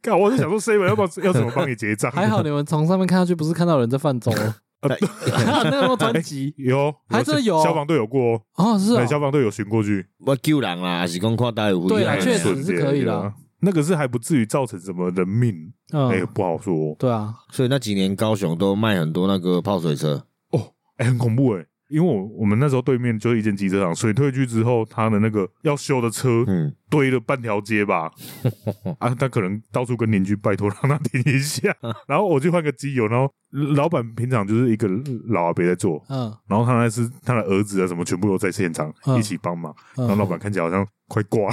[SPEAKER 3] 看，我就想说 seven 要不要要怎么帮你结账？
[SPEAKER 1] 还好你们从上面看下去，不是看到有人在泛舟哦， 那个么湍急
[SPEAKER 3] 有，
[SPEAKER 1] 还真的有
[SPEAKER 3] 消防队有过哦，
[SPEAKER 1] 哦，是
[SPEAKER 3] 对消
[SPEAKER 1] 啊，
[SPEAKER 3] 防队有巡过去，哎
[SPEAKER 2] 我救人啦，还是讲看大有危
[SPEAKER 1] 对啊
[SPEAKER 2] 害
[SPEAKER 1] 确
[SPEAKER 2] 啊
[SPEAKER 1] 实是可以啦
[SPEAKER 3] 啦。那个是还不至于造成什么人命，哎，
[SPEAKER 1] 嗯，
[SPEAKER 3] 不好说
[SPEAKER 1] 对啊，
[SPEAKER 2] 所以那几年高雄都卖很多那个泡水车，
[SPEAKER 3] 哦，哎，很恐怖哎。因为我我们那时候对面就是一间机车厂，水退去之后，他的那个要修的车
[SPEAKER 2] 嗯，
[SPEAKER 3] 堆了半条 街吧，啊，他可能到处跟邻居拜托让他停一下，
[SPEAKER 1] 嗯
[SPEAKER 3] 然后我去换个机油，然后老板平常就是一个老阿伯在做，
[SPEAKER 1] 嗯
[SPEAKER 3] 然后他那是他的儿子啊什么全部都在现场
[SPEAKER 1] 嗯
[SPEAKER 3] 一起帮忙，然后
[SPEAKER 1] 嗯，
[SPEAKER 3] 老板看起来好像快挂 了，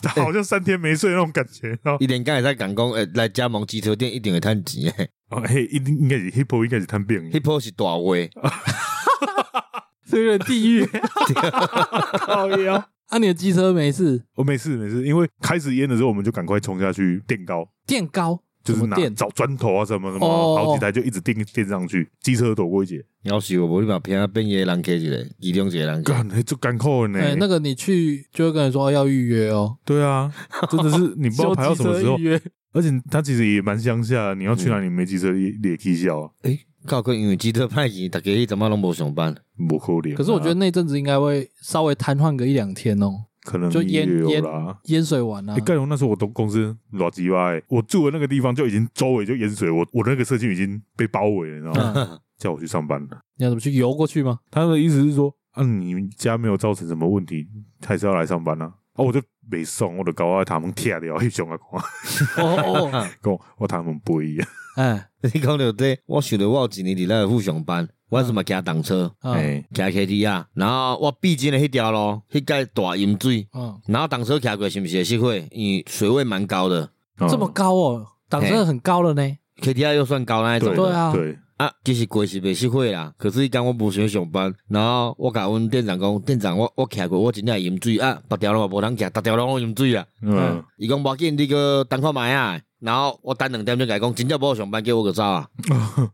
[SPEAKER 3] 他好像三天没睡那种感觉，然后
[SPEAKER 2] 一年刚才在讲讲，诶，来加盟机车店一定会趁钱 诶，
[SPEAKER 1] 嗯
[SPEAKER 3] 哦嘿，一定应该是 hippo 应该是探病，
[SPEAKER 2] 迄波是大话，
[SPEAKER 1] 这有点地 狱。
[SPEAKER 3] 好呀，
[SPEAKER 1] 啊，你的机车没事，
[SPEAKER 3] 我哦没事没事，因为开始淹的时候我们就赶快冲下去垫高，
[SPEAKER 1] 垫高
[SPEAKER 3] 就
[SPEAKER 1] 什
[SPEAKER 3] 是
[SPEAKER 1] 么
[SPEAKER 3] 拿
[SPEAKER 1] 垫
[SPEAKER 3] 找砖头啊什么什么，
[SPEAKER 1] 哦
[SPEAKER 3] 好几台就一直垫垫上去，机车躲过 一劫。
[SPEAKER 2] 要是我无你嘛偏啊变一个人客一个，其中一个人客，
[SPEAKER 3] 干，嘿，就干扣呢、
[SPEAKER 1] 哎、那个你去就会跟人说要预约哦，
[SPEAKER 3] 对 啊，真的是你不知道排到什么时
[SPEAKER 1] 修机车嗯
[SPEAKER 3] 候
[SPEAKER 1] 预，约？
[SPEAKER 3] 而且它其实也蛮乡下的，你要去哪里没机车也也可以笑啊，
[SPEAKER 2] 诶， 靠个因为机车派钱，大家迄阵仔拢无上班，
[SPEAKER 3] 不可怜啊。
[SPEAKER 1] 可是我觉得那阵子应该会稍微瘫痪个一两天哦，
[SPEAKER 3] 可能
[SPEAKER 1] 就
[SPEAKER 3] 也
[SPEAKER 1] 淹
[SPEAKER 3] 有
[SPEAKER 1] 淹
[SPEAKER 3] 啦。
[SPEAKER 1] 淹水完啊
[SPEAKER 3] 哎，，盖龙那时候我都公司老鸡巴欸，我住的那个地方就已经周围就淹水，我我那个社区已经被包围了，你知道吗？
[SPEAKER 1] 嗯
[SPEAKER 3] 叫我去上班了。
[SPEAKER 1] 你要怎么去游过去吗？
[SPEAKER 3] 他的意思是说，啊，你家没有造成什么问题，还是要来上班啊。啊，我就没送，我就搞啊，他们拆掉，迄种啊，讲
[SPEAKER 1] 哦哦，
[SPEAKER 3] 讲我他们不一样，
[SPEAKER 1] 哎，
[SPEAKER 2] 你讲到这，我想到我有一年伫咱的副上班，我是嘛骑动车，
[SPEAKER 1] 嗯
[SPEAKER 3] 哎，
[SPEAKER 2] 骑 K T 啊，然后我必经的迄条路，迄个大淹水，
[SPEAKER 1] 嗯，
[SPEAKER 2] 然后动车骑过是毋是会熄火？因为水位蛮高的
[SPEAKER 3] 嗯
[SPEAKER 1] 这么高哦，挡车很高了
[SPEAKER 3] 哎
[SPEAKER 1] 呢，
[SPEAKER 2] ，K T I 又算高那一种
[SPEAKER 3] 对
[SPEAKER 2] 的。
[SPEAKER 1] 对啊
[SPEAKER 3] 对，
[SPEAKER 2] 啊，其实过是袂熄火啦，可是伊讲我无想上班，然后我甲阮店长讲，店长我我骑过，我真正会淹水啊，别条路嘛无通骑，逐条路拢淹水啊。
[SPEAKER 1] 哎
[SPEAKER 3] 嗯，
[SPEAKER 2] 伊讲无要紧，你个等看卖啊。然后我等两点钟，甲伊讲真正无上班，叫我个走啊。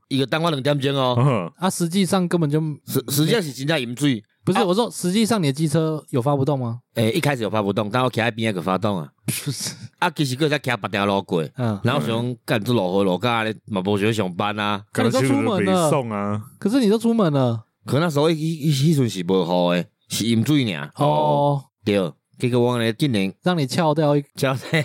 [SPEAKER 2] 伊个等我两点钟哦，
[SPEAKER 3] 嗯
[SPEAKER 1] 啊，实际上根本就
[SPEAKER 2] 实实际上是真正淹水。
[SPEAKER 1] 不是、
[SPEAKER 2] 啊
[SPEAKER 1] 我说，实际上你的机车有发不动吗？
[SPEAKER 2] 诶、一开始有发不动，但我骑在边仔个发动啊。啊，其实个才骑八条路过，
[SPEAKER 1] 嗯，
[SPEAKER 2] 然后想讲干这落雨落甲咧，嘛无想上班啊。
[SPEAKER 1] 那你都出门了
[SPEAKER 3] 送啊，
[SPEAKER 1] 可是你都出门了
[SPEAKER 2] 可那时候伊伊伊迄阵是无雨诶，是淹水尔。
[SPEAKER 1] 哦，
[SPEAKER 2] 对，结果我呢，竟然
[SPEAKER 1] 让你撬掉一，
[SPEAKER 2] 交 代，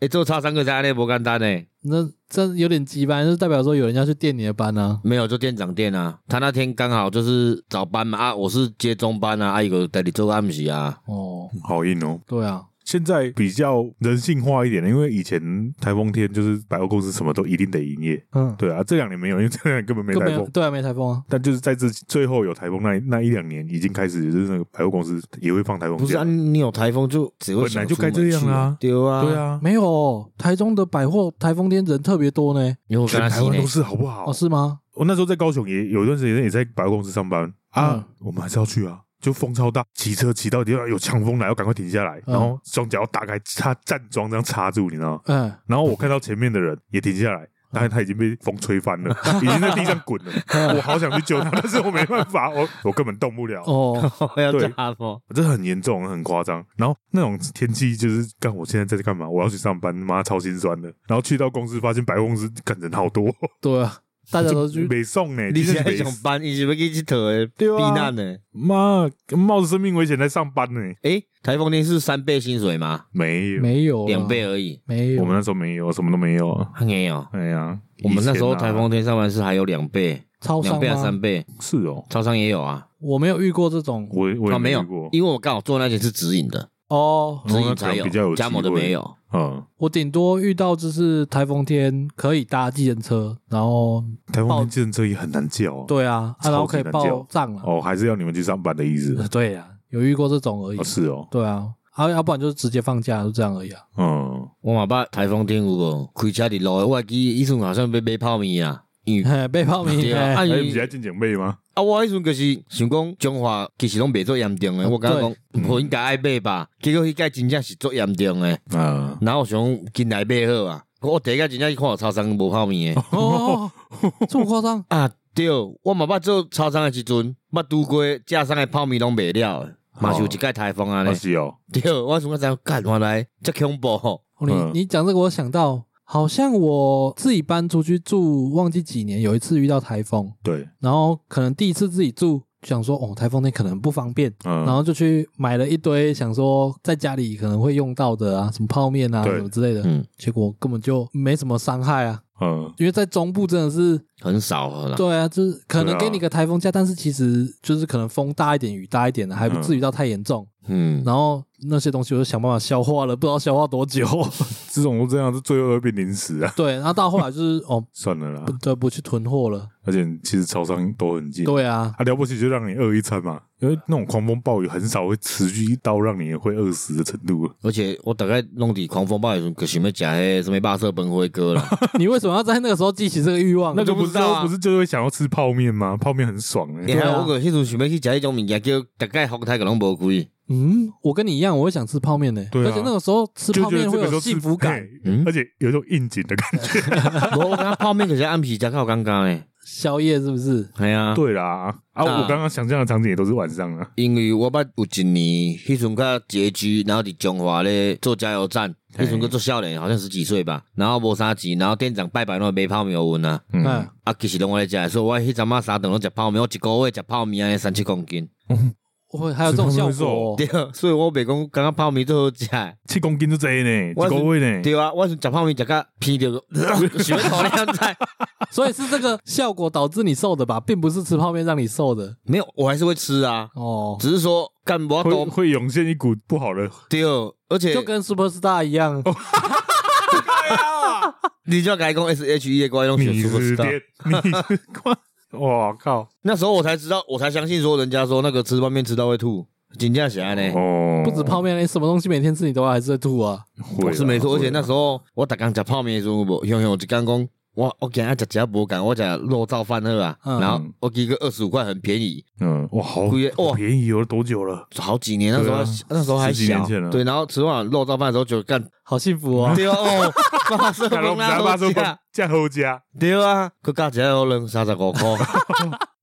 [SPEAKER 2] 哎，做差三个在安尼无简单呢。
[SPEAKER 1] 那这有点鸡掰，就代表说有人要去垫你的班啊。
[SPEAKER 2] 没有，就店长店啊。他那天刚好就是早班嘛，啊，我是接中班啊，啊，有带你做暗时啊。
[SPEAKER 1] 哦，
[SPEAKER 3] 好硬哦。
[SPEAKER 1] 对啊，
[SPEAKER 3] 现在比较人性化一点，因为以前台风天就是百货公司什么都一定得营业，
[SPEAKER 1] 嗯，
[SPEAKER 3] 对啊，这两年没有，因为这两年根本没
[SPEAKER 1] 根
[SPEAKER 3] 台
[SPEAKER 1] 本有
[SPEAKER 3] 风。
[SPEAKER 1] 对啊，没台风啊。
[SPEAKER 3] 但就是在这最后有台风那一那一两年，已经开始就是那个百货公司也会放台风
[SPEAKER 2] 不是
[SPEAKER 3] 假，
[SPEAKER 2] 啊，你有台风就只会
[SPEAKER 3] 本来
[SPEAKER 2] 想
[SPEAKER 3] 就
[SPEAKER 2] 出
[SPEAKER 3] 该这
[SPEAKER 2] 门
[SPEAKER 3] 样
[SPEAKER 2] 去
[SPEAKER 3] 啊
[SPEAKER 2] 对啊，
[SPEAKER 3] 对，啊，
[SPEAKER 1] 没有哦，台中的百货台风天人特别多呢。
[SPEAKER 2] 因为我跟
[SPEAKER 3] 全
[SPEAKER 2] 他
[SPEAKER 3] 台
[SPEAKER 2] 洗
[SPEAKER 3] 湾
[SPEAKER 2] 呢
[SPEAKER 3] 都，是好不好
[SPEAKER 1] 哦，？是吗？
[SPEAKER 3] 我那时候在高雄也有一段时间也在百货公司上班啊，
[SPEAKER 1] 嗯
[SPEAKER 3] 我们还是要去啊。就风超大，骑车骑到地方有强风来，要赶快停下来，
[SPEAKER 1] 嗯
[SPEAKER 3] 然后双脚要打开，插站桩这样插住，你知道吗？
[SPEAKER 1] 嗯，
[SPEAKER 3] 然后我看到前面的人也停下来，但是他已经被风吹翻 了，已经在地上滚了。我好想去救他，但是我没办法，我我根本动不了。
[SPEAKER 1] 哦，
[SPEAKER 2] 我要
[SPEAKER 3] 对
[SPEAKER 2] 查哦。
[SPEAKER 3] 这很严重，很夸张。然后那种天气就是，干我现在在干嘛？我要去上班，妈超心酸的。然后去到公司，发现百货公司干人好多，
[SPEAKER 1] 对啊，大家都去
[SPEAKER 3] 没送呢。
[SPEAKER 2] 你
[SPEAKER 3] 今
[SPEAKER 2] 是
[SPEAKER 3] 天
[SPEAKER 2] 在
[SPEAKER 3] 没
[SPEAKER 2] 上班，伊是要去佚佗的，
[SPEAKER 3] 对啊
[SPEAKER 2] 避难的。
[SPEAKER 3] 妈冒着生命危险来上班呢？
[SPEAKER 2] 诶，台风天是三倍薪水吗？
[SPEAKER 3] 没有，
[SPEAKER 1] 没有啦啊
[SPEAKER 2] 两倍，而已。哦
[SPEAKER 1] 没有。
[SPEAKER 3] 我们那时候没有，什么都没有啊。
[SPEAKER 2] 没有，
[SPEAKER 3] 哎呀，
[SPEAKER 2] 我们那时候
[SPEAKER 3] 以前啊
[SPEAKER 2] 台风天上班是还有两倍，
[SPEAKER 1] 超商
[SPEAKER 2] 两倍还是
[SPEAKER 1] 吗
[SPEAKER 2] 三？倍，
[SPEAKER 3] 是哦，
[SPEAKER 2] 超商也有啊。
[SPEAKER 1] 我没有遇过这种
[SPEAKER 3] 我我也
[SPEAKER 2] 啊，没
[SPEAKER 3] 没遇
[SPEAKER 2] 有
[SPEAKER 3] 过，，
[SPEAKER 2] 因为我刚好做那件是直营的，
[SPEAKER 1] 哦。
[SPEAKER 2] 直
[SPEAKER 3] 哦
[SPEAKER 2] 营
[SPEAKER 3] 那可
[SPEAKER 2] 才
[SPEAKER 3] 能比较有
[SPEAKER 2] 加盟
[SPEAKER 3] 机
[SPEAKER 2] 的
[SPEAKER 3] 会
[SPEAKER 2] 没有。
[SPEAKER 3] 嗯，
[SPEAKER 1] 我顶多遇到就是台风天可以搭计程车，然后
[SPEAKER 3] 台风
[SPEAKER 1] 报
[SPEAKER 3] 天计程车也很难叫啊。
[SPEAKER 1] 对啊，啊
[SPEAKER 3] 超级
[SPEAKER 1] 然后可以
[SPEAKER 3] 难
[SPEAKER 1] 报
[SPEAKER 3] 叫
[SPEAKER 1] 账了。
[SPEAKER 2] 啊
[SPEAKER 3] 哦，还是要你们去上班的意思。
[SPEAKER 1] 对啊，有遇过这种而已
[SPEAKER 3] 哦，。是哦，
[SPEAKER 1] 对啊，啊，要不然就是直接放假，就这样而已啊。
[SPEAKER 3] 嗯，
[SPEAKER 2] 我嘛捌台风天有无？开车伫路的，我记伊阵好像要买泡面啊。因为
[SPEAKER 1] 嘿，被泡米，
[SPEAKER 2] 对啊，
[SPEAKER 1] 嘿
[SPEAKER 2] 啊
[SPEAKER 3] 那你不
[SPEAKER 2] 因
[SPEAKER 3] 是在
[SPEAKER 2] 为
[SPEAKER 3] 进警备吗？
[SPEAKER 2] 啊，我迄阵就是想讲，中华其实拢袂做严重诶，
[SPEAKER 1] 啊
[SPEAKER 2] 我感觉
[SPEAKER 3] 对
[SPEAKER 2] 讲，无应该爱买吧。结果迄届真正是做严重诶，
[SPEAKER 3] 啊，
[SPEAKER 2] 然后我想讲紧来买好啊。我第一届真正去看有超商无泡面诶，
[SPEAKER 1] 哦，这么夸张？
[SPEAKER 2] 啊对，我嘛捌做超商诶时阵，捌拄过架上诶泡面拢卖了
[SPEAKER 1] 哦
[SPEAKER 2] 的，嘛是有一届台风安
[SPEAKER 3] 那
[SPEAKER 2] 尼。
[SPEAKER 3] 是哦，
[SPEAKER 2] 对，我想讲怎样干原来遮恐怖吼。
[SPEAKER 1] 哦你
[SPEAKER 3] 嗯
[SPEAKER 1] 你讲这个，我想到好像我自己搬出去住，忘记几年，有一次遇到台风，
[SPEAKER 3] 对，
[SPEAKER 1] 然后可能第一次自己住，想说哦，台风天可能不方便，
[SPEAKER 3] 嗯，
[SPEAKER 1] 然后就去买了一堆想说在家里可能会用到的啊，什么泡面啊
[SPEAKER 3] 对
[SPEAKER 1] 什么之类的，
[SPEAKER 2] 嗯，
[SPEAKER 1] 结果根本就没什么伤害啊，
[SPEAKER 3] 嗯，
[SPEAKER 1] 因为在中部真的是，
[SPEAKER 2] 很少了啦。
[SPEAKER 1] 对啊，就是可
[SPEAKER 3] 对
[SPEAKER 1] 能
[SPEAKER 3] 啊
[SPEAKER 1] 给你个台风假，但是其实就是可能风大一点，雨大一点的，还不至于到太严重。
[SPEAKER 2] 嗯，
[SPEAKER 1] 然后那些东西我就想办法消化了，不知道消化多久。
[SPEAKER 3] 这种都这样，这最后都会变零食啊，
[SPEAKER 1] 对，然后到后来就是哦，
[SPEAKER 3] 算了啦
[SPEAKER 1] 不，得不去囤货了。
[SPEAKER 3] 而且其实超商都很 近，
[SPEAKER 1] 对啊，
[SPEAKER 3] 啊，了不起就让你饿一餐嘛，因为那种狂风暴雨很少会持续到让你会饿死的程度了，
[SPEAKER 2] 而且我大概弄伫狂风暴雨的时候，就想要食迄什么肉色崩辉哥啦。
[SPEAKER 1] 你为什么要在那个时候激起这个欲 望？
[SPEAKER 2] 那就
[SPEAKER 3] 不
[SPEAKER 2] 不
[SPEAKER 3] 是
[SPEAKER 2] 知道啊
[SPEAKER 3] 不是就会想要吃泡面吗？泡面很爽
[SPEAKER 2] 你
[SPEAKER 3] 哎，
[SPEAKER 1] 对啊
[SPEAKER 2] 看我个迄阵想要去食迄种物件，叫大概风台个 拢无开。
[SPEAKER 1] 嗯，我跟你一样，我会想吃泡面呢、
[SPEAKER 3] 对啊
[SPEAKER 1] 而且那个时候吃
[SPEAKER 3] 就
[SPEAKER 1] 泡
[SPEAKER 3] 觉得
[SPEAKER 1] 面
[SPEAKER 3] 这
[SPEAKER 1] 会
[SPEAKER 3] 个时
[SPEAKER 1] 有
[SPEAKER 3] 候吃
[SPEAKER 1] 幸福感。，
[SPEAKER 2] 嗯
[SPEAKER 3] 嘿而，且有一种应景的感觉。
[SPEAKER 2] 无我感觉泡面可是暗时食较有感觉咧。
[SPEAKER 1] 宵夜是不是？
[SPEAKER 2] 系啊，
[SPEAKER 3] 对啦，啊，
[SPEAKER 2] 啊
[SPEAKER 3] 我刚刚想象的场景也都是晚上啊，
[SPEAKER 2] 因为我捌有一年，迄阵较拮据，然后伫中华咧做加油站，
[SPEAKER 3] 嘿
[SPEAKER 2] 迄阵个做少年，好像十几岁吧，然后无啥钱，然后店长拜拜拢买泡面互阮啊。
[SPEAKER 1] 嗯，
[SPEAKER 2] 啊，其实拢我咧食，所以我迄阵仔三顿拢食泡面，我一个月食泡面安尼三七 公斤。
[SPEAKER 1] 会还有这种效果、
[SPEAKER 2] 对，所以我袂讲感觉泡面最好食。
[SPEAKER 3] 七公斤就这呢，一
[SPEAKER 2] 我是
[SPEAKER 3] 个月呢，
[SPEAKER 2] 对啊，我是食泡面食到偏着，呃 想要头 两菜。
[SPEAKER 1] 所以是这个效果导致你瘦的吧，并不是吃泡面让你瘦的
[SPEAKER 2] 没有，我还是会吃啊，
[SPEAKER 1] 哦，
[SPEAKER 2] 只是说干我
[SPEAKER 3] 会
[SPEAKER 2] 都
[SPEAKER 3] 会涌现一股不好的
[SPEAKER 2] 对，而且
[SPEAKER 1] 就跟 Super Star 一样。
[SPEAKER 3] 哦
[SPEAKER 2] 你就要改讲 S H E 的关于那种
[SPEAKER 3] 你
[SPEAKER 2] 选 s
[SPEAKER 3] 是
[SPEAKER 2] u
[SPEAKER 3] 爹，你是光，哇靠！
[SPEAKER 2] 那时候我才知道，我才相信说人家说那个吃泡面吃到会吐，真正是安呢。
[SPEAKER 3] 哦
[SPEAKER 1] 不止泡面，你哎什么东西每天吃你都还是会吐啊。
[SPEAKER 3] 会
[SPEAKER 2] 我
[SPEAKER 3] 啦
[SPEAKER 2] 是没错，而
[SPEAKER 3] 会
[SPEAKER 2] 且
[SPEAKER 3] 啦
[SPEAKER 2] 那时候我逐工食泡面的时候，我熊熊一刚讲，我我今日食食无共，我食肉燥饭好啊，
[SPEAKER 1] 嗯
[SPEAKER 2] 然后我记个二十五块很便宜，
[SPEAKER 3] 嗯，哇，好
[SPEAKER 2] 贵耶哇
[SPEAKER 3] 好便宜哦，多久了？
[SPEAKER 2] 好几年那时候还
[SPEAKER 3] 对啊
[SPEAKER 2] 那时候还
[SPEAKER 3] 十几年
[SPEAKER 2] 小
[SPEAKER 3] 前了，
[SPEAKER 2] 对，然后吃完肉燥饭的时候就干，
[SPEAKER 1] 好幸福
[SPEAKER 3] 嗯
[SPEAKER 1] 哦！
[SPEAKER 2] 对啊哦，巴色
[SPEAKER 3] 然后
[SPEAKER 2] 崩
[SPEAKER 3] 咱爸
[SPEAKER 2] 那
[SPEAKER 3] 说
[SPEAKER 2] 好价，
[SPEAKER 3] 加后加，
[SPEAKER 2] 啊对啊，佮加起来可能三十五块。
[SPEAKER 3] 啊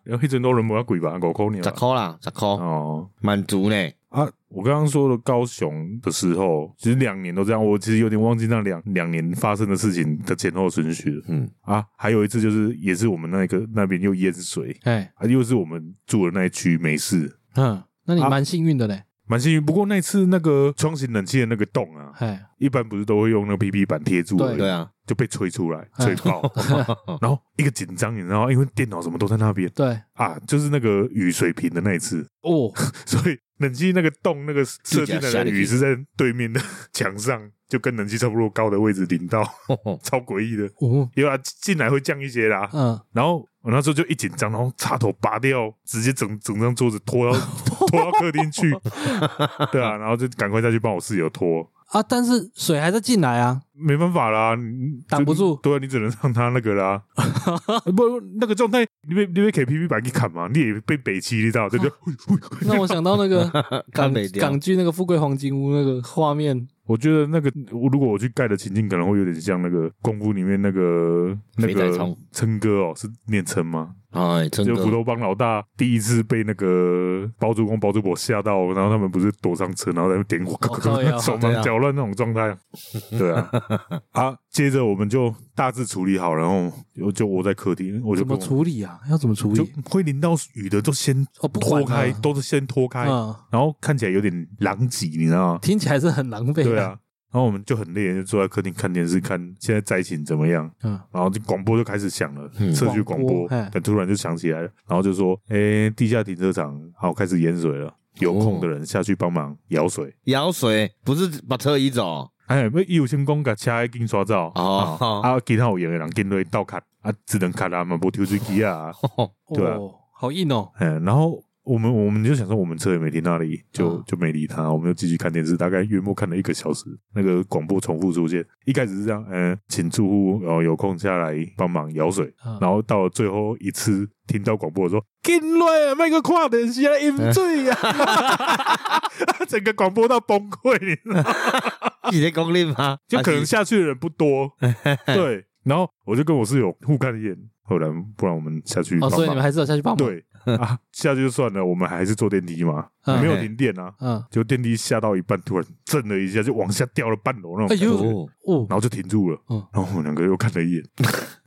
[SPEAKER 3] 然后一整都人不要贵吧，五块呢？
[SPEAKER 2] 十块啦，十块，
[SPEAKER 3] 啊哦
[SPEAKER 2] 满足呢。
[SPEAKER 3] 啊！我刚刚说的高雄的时候，其实两年都这样，我其实有点忘记那两两年发生的事情的前后顺序了
[SPEAKER 2] 嗯，
[SPEAKER 3] 啊。还有一次就是，也是我们那个那边又淹水，
[SPEAKER 1] 哎，
[SPEAKER 3] 啊，又是我们住的那一区没事，
[SPEAKER 1] 嗯，那你
[SPEAKER 3] 啊
[SPEAKER 1] 蛮幸运的嘞。
[SPEAKER 3] 蛮幸运。不过那次那个窗型冷气的那个洞啊，
[SPEAKER 1] 哎，
[SPEAKER 3] 一般不是都会用那个 PP 板贴住而已，
[SPEAKER 2] 对啊，
[SPEAKER 3] 就被吹出来，
[SPEAKER 1] 嗯
[SPEAKER 3] 吹爆。然后一个紧张，你知道吗，因为电脑什么都在那边
[SPEAKER 1] 对，
[SPEAKER 3] 啊，就是那个雨水平的那一次，
[SPEAKER 1] 哦，
[SPEAKER 3] 所以冷气那个洞那个设定的雨是在对面的 墙上，就跟冷气差不多高的位置淋到，超诡异的。
[SPEAKER 1] 哦，
[SPEAKER 3] 有啊，进来会降一些啦。
[SPEAKER 1] 嗯，
[SPEAKER 3] 然后我那时候就一紧张，然后插头拔掉，直接整整张桌子拖到 拖到客厅去。对啊，然后就赶快再去帮我室友拖，
[SPEAKER 1] 啊，但是水还在进来啊，
[SPEAKER 3] 没办法啦，你
[SPEAKER 1] 挡不住
[SPEAKER 3] 对啊，你只能让他那个啦。啊不，那个状态，你被你被 KPP 板给砍嘛，你也被北七你知道，对不对？
[SPEAKER 1] 那我想到那 个
[SPEAKER 2] 看
[SPEAKER 1] 港
[SPEAKER 2] 北调
[SPEAKER 1] 港剧那个《富贵黄金屋》那个画面，
[SPEAKER 3] 我觉得那个，我如果我去盖的情境，可能会有点像那个功夫里面那个那
[SPEAKER 2] 肥仔
[SPEAKER 3] 个
[SPEAKER 2] 冲
[SPEAKER 3] 琛哥哦，是念琛吗？
[SPEAKER 2] 哎，真
[SPEAKER 3] 就
[SPEAKER 2] 的
[SPEAKER 3] 斧头帮老大第一次被那个包租公包租婆吓到，然后他们不是躲上车，然后在那边点火，
[SPEAKER 1] 哦 靠腰
[SPEAKER 3] 手
[SPEAKER 2] 对
[SPEAKER 3] 忙
[SPEAKER 2] 啊
[SPEAKER 3] 脚乱那种 状态。对啊，啊，接着我们就大致处理好，然后我就我在客厅，我就
[SPEAKER 1] 怎么
[SPEAKER 3] 跟我
[SPEAKER 1] 处理啊？要怎么处
[SPEAKER 3] 就
[SPEAKER 1] 理？
[SPEAKER 3] 会淋到雨的，都先
[SPEAKER 1] 哦，不管
[SPEAKER 3] 拖
[SPEAKER 1] 啊
[SPEAKER 3] 开，都是先拖开，
[SPEAKER 1] 嗯，
[SPEAKER 3] 然后看起来有点狼藉，你知道吗？
[SPEAKER 1] 听起来是很狼狈的，
[SPEAKER 3] 对啊，然后我们就很累，就坐在客厅看电视，看现在灾情怎么样。
[SPEAKER 1] 嗯，
[SPEAKER 3] 然后就广播就开始响了，
[SPEAKER 2] 嗯
[SPEAKER 3] 社区
[SPEAKER 1] 广
[SPEAKER 3] 广
[SPEAKER 1] 播
[SPEAKER 3] 播
[SPEAKER 1] 嘿，
[SPEAKER 3] 但突然就响起来了，然后就说：“哎，地下停车场好开始淹水了，有空的人下去帮忙舀水。
[SPEAKER 2] 舀水不是把车移走，”
[SPEAKER 3] 哎，要有先讲甲车紧刷走
[SPEAKER 2] 哦
[SPEAKER 3] 啊，啊其他有闲的人跟落倒卡啊，只能卡啊嘛，无抽水机啊，对啊
[SPEAKER 1] 哦，好硬哦，
[SPEAKER 3] 哎，然后。我们我们就想说，我们车也没停那里，就
[SPEAKER 1] 嗯
[SPEAKER 3] 就没理他，我们就继续看电视。大概约莫看了一个小时，那个广播重复出现。一开始是这样，嗯、请住户然后有空下来帮忙舀水，
[SPEAKER 1] 嗯
[SPEAKER 3] 然后到了最后一次听到广播说“金瑞啊，卖个跨点下来饮醉啊”，
[SPEAKER 1] 嗯
[SPEAKER 3] 整个广播到崩溃，你知道吗
[SPEAKER 2] 你在公立吗？
[SPEAKER 3] 就可能
[SPEAKER 2] 还是
[SPEAKER 3] 下去的人 不多。对，然后我就跟我室友互看一眼，后来不然我们下去
[SPEAKER 1] 哦，
[SPEAKER 3] 帮
[SPEAKER 1] 所以你
[SPEAKER 3] 忙。
[SPEAKER 1] 们还是要下去帮忙，，
[SPEAKER 3] 对啊，下去就算了，我们还是坐电梯嘛，
[SPEAKER 1] 嗯
[SPEAKER 3] 没有停电啊，
[SPEAKER 1] 嗯，
[SPEAKER 3] 就电梯下到一半，突然震了一下，就往下掉了半楼那种
[SPEAKER 1] 哎
[SPEAKER 3] 感觉。
[SPEAKER 1] 呦
[SPEAKER 2] 哦
[SPEAKER 1] 哦，
[SPEAKER 3] 然后就停住了。
[SPEAKER 1] 嗯
[SPEAKER 3] 然后我们两个又看了一眼，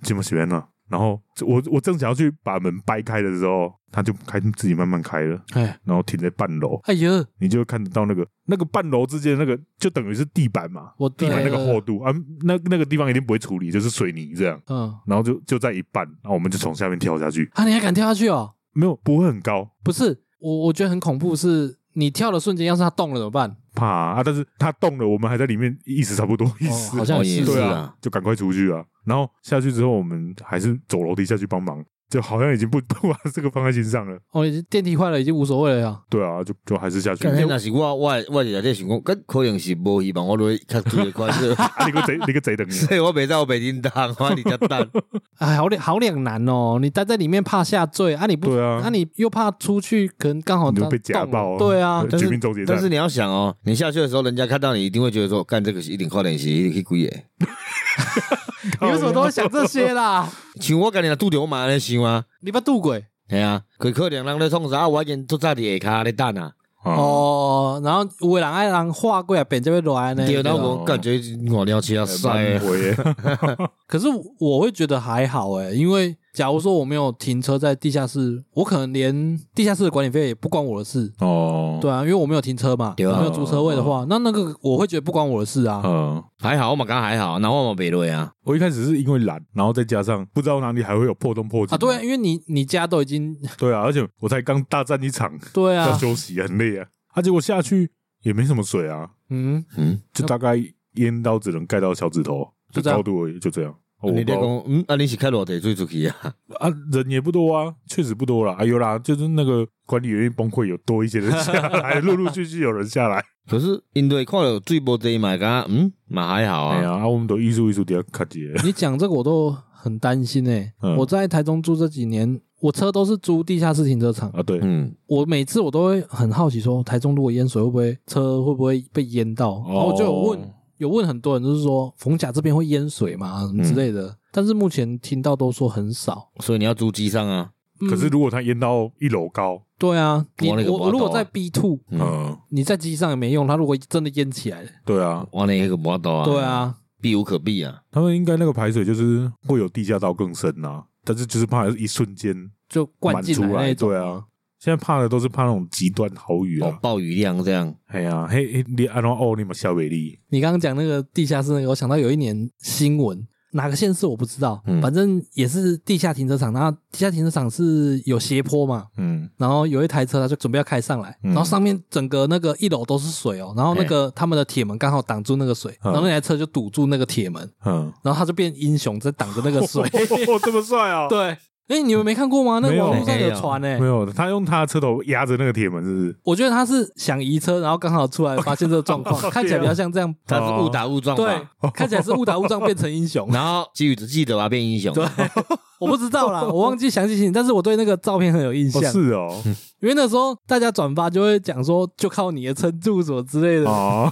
[SPEAKER 3] 怎么悬了？然后我我正想要去把门掰开的时候，它就开自己慢慢开了，
[SPEAKER 1] 哎，
[SPEAKER 3] 然后停在半楼，
[SPEAKER 1] 哎呦，
[SPEAKER 3] 你就会看得到那个那个半楼之间的那个，就等于是地板嘛，
[SPEAKER 1] 我呃
[SPEAKER 3] 地
[SPEAKER 1] 地
[SPEAKER 3] 板那个厚，度啊，那那个地方一定不会处理，就是水泥这样。
[SPEAKER 1] 嗯，
[SPEAKER 3] 然后就就在一半，然后我们就从下面跳下去，
[SPEAKER 1] 啊，你还敢跳下去哦？
[SPEAKER 3] 没有不会很高，
[SPEAKER 1] 不是，我我觉得很恐怖，是你跳的瞬间，要是它动了怎么办？
[SPEAKER 3] 怕啊！啊但是它动了，我们还在里面，意思差不多意思，
[SPEAKER 1] 好像
[SPEAKER 2] 哦
[SPEAKER 1] 也
[SPEAKER 2] 也
[SPEAKER 1] 是
[SPEAKER 3] 对
[SPEAKER 2] 啊
[SPEAKER 3] 啊，就赶快出去啊！然后下去之后，我们还是走楼梯下去帮忙，就好像已经不 不把这个放在心上了。
[SPEAKER 1] 哦，已经电梯坏了，已经无所谓了呀。
[SPEAKER 3] 对啊，就就还是下去。
[SPEAKER 2] 干那
[SPEAKER 3] 啊，
[SPEAKER 2] 若是我我的我伫内底想讲，搿可能是无希望，我落去较追快乐，
[SPEAKER 3] 你个贼，你个贼等 你。 啊
[SPEAKER 2] 所以我袂在我袂叮当，我伫遮 等。
[SPEAKER 1] 哎，好两好两难哦！你待在里面怕下坠啊，你不
[SPEAKER 3] 对啊
[SPEAKER 1] 啊，你又怕出去，可能刚好
[SPEAKER 3] 你就
[SPEAKER 1] 它
[SPEAKER 3] 被家
[SPEAKER 1] 动了
[SPEAKER 3] 暴哦
[SPEAKER 1] 对啊，
[SPEAKER 2] 但是
[SPEAKER 3] 绝命终结战
[SPEAKER 2] 但是你要想哦，你下去的时候，人家看到你一定会觉得说，干这个是一定快点是一定去鬼的。
[SPEAKER 1] 你为什么都会想这些 啦？
[SPEAKER 2] 像我今日拄着我妈咧想啊，
[SPEAKER 1] 你不要渡鬼
[SPEAKER 2] 系啊，佢可能人咧创啥，啊我已经都早伫下骹咧等啊。
[SPEAKER 3] 哦，
[SPEAKER 1] 哦，然后有的人爱人画过来，扁就会乱呢。对
[SPEAKER 2] 对，然
[SPEAKER 1] 吧
[SPEAKER 2] 后我感觉我尿气要塞
[SPEAKER 3] 哎蛮
[SPEAKER 2] 啊，
[SPEAKER 3] 回耶
[SPEAKER 1] 可是我会觉得还好诶，因为假如说我没有停车在地下室，我可能连地下室的管理费也不关我的事。
[SPEAKER 3] 哦，
[SPEAKER 1] 对啊，因为我没有停车嘛，
[SPEAKER 2] 对啊
[SPEAKER 1] 我没有租车位的话，那那个我会觉得不关我的事啊。
[SPEAKER 3] 嗯，
[SPEAKER 2] 还好我嘛刚还好，然后我嘛袂累啊，
[SPEAKER 3] 我一开始是因为懒，然后再加上不知道哪里还会有破洞破井
[SPEAKER 1] 啊，对啊，因为你你家都已经
[SPEAKER 3] 对啊，而且我才刚大战一场，
[SPEAKER 1] 对
[SPEAKER 3] 要
[SPEAKER 1] 啊，
[SPEAKER 3] 休息很累啊，啊，结果下去也没什么水啊，
[SPEAKER 1] 嗯，
[SPEAKER 2] 嗯。
[SPEAKER 3] 就大概淹到只能盖到小指头，
[SPEAKER 1] 就这样
[SPEAKER 3] 高度而已，就这样。哦我
[SPEAKER 2] 你
[SPEAKER 3] 不知
[SPEAKER 2] 咧
[SPEAKER 3] 道
[SPEAKER 2] 讲，嗯，啊，你是开落地水出去啊？
[SPEAKER 3] 啊，人也不多啊，确实不多啦。哎、有啦，就是那个管理员一崩溃，有多一些人下来，陆陆续续有人下来。
[SPEAKER 2] 可是因对看到水无济嘛，感觉嗯嘛还好
[SPEAKER 3] 哎
[SPEAKER 2] 啊
[SPEAKER 3] 呀，。啊，我们都艺术艺术底下卡节，
[SPEAKER 1] 你讲这个我都很担心诶。
[SPEAKER 3] 嗯
[SPEAKER 1] 我在台中住这几年，我车都是租地下室停车场，
[SPEAKER 3] 啊，对，
[SPEAKER 2] 嗯，
[SPEAKER 1] 我每次我都会很好奇说，台中如果淹水会不会车会不会被淹到？
[SPEAKER 3] 哦
[SPEAKER 1] 然后我就有问，有问很多人，就是说逢甲这边会淹水嘛
[SPEAKER 3] 嗯
[SPEAKER 1] 什么之类的。但是目前听到都说很少。
[SPEAKER 2] 所以你要租机上啊。
[SPEAKER 1] 嗯
[SPEAKER 3] 可是如果他淹到一楼高，
[SPEAKER 1] 对啊，你
[SPEAKER 2] 我那个
[SPEAKER 1] 我
[SPEAKER 2] 没
[SPEAKER 1] 如果
[SPEAKER 2] 办法
[SPEAKER 1] 在 B two，
[SPEAKER 3] 嗯、
[SPEAKER 2] 嗯，
[SPEAKER 1] 你在机上也没用。它如果真的淹起来了，
[SPEAKER 3] 对啊，
[SPEAKER 2] 我那个无多啊。
[SPEAKER 1] 对，啊，
[SPEAKER 2] 避无可避啊。
[SPEAKER 3] 他们应该那个排水就是会有地下道更深啊，但是就是怕一瞬间
[SPEAKER 1] 就灌
[SPEAKER 3] 满
[SPEAKER 1] 进
[SPEAKER 3] 出
[SPEAKER 1] 那
[SPEAKER 3] 来，
[SPEAKER 1] 一种。
[SPEAKER 3] 对啊。现在怕的都是怕那种极端豪雨
[SPEAKER 2] 哦
[SPEAKER 3] 啊，，
[SPEAKER 2] 暴雨量这样，
[SPEAKER 3] 哎呀，嘿，嘿你安怎哦，你嘛小美丽，
[SPEAKER 1] 你刚刚讲那个地下室那个，我想到有一年新闻，哪个县市我不知道，
[SPEAKER 2] 嗯
[SPEAKER 1] 反正也是地下停车场。然后地下停车场是有斜坡嘛，
[SPEAKER 3] 嗯，
[SPEAKER 1] 然后有一台车它就准备要开上来，
[SPEAKER 3] 嗯
[SPEAKER 1] 然
[SPEAKER 3] 哎
[SPEAKER 1] 后上面整个那个一楼都是水哦，然后那个他们的铁门刚好挡住那个水，
[SPEAKER 3] 嗯
[SPEAKER 1] 然后那台车就堵住那个铁门，
[SPEAKER 3] 嗯，
[SPEAKER 1] 然后他就变英雄在挡着那个水。
[SPEAKER 3] 哦，这么帅啊！
[SPEAKER 1] 对，哎，你们没看过吗？那
[SPEAKER 3] 没
[SPEAKER 1] 个
[SPEAKER 3] 有
[SPEAKER 1] 网络上
[SPEAKER 2] 没
[SPEAKER 1] 有
[SPEAKER 2] 有
[SPEAKER 1] 传哎
[SPEAKER 3] 没。有，他用他的车头压着那个铁门，是不是？
[SPEAKER 1] 我觉得他是想移车，然后刚好出来发现这个状
[SPEAKER 3] 哦
[SPEAKER 1] 况，看起来比较像这样，
[SPEAKER 2] 他是误打误撞吧？
[SPEAKER 1] 对，看起来是误打误撞变成英雄。
[SPEAKER 2] 然后基宇只记得吧，变英雄，啊
[SPEAKER 1] 对，我不知道啦，我忘记详细情形，但是我对那个照片很有印象，
[SPEAKER 3] 哦，是 哦，
[SPEAKER 1] 因为那时候大家转发就会讲说，就靠你的撑住什么之类的，
[SPEAKER 3] 哦，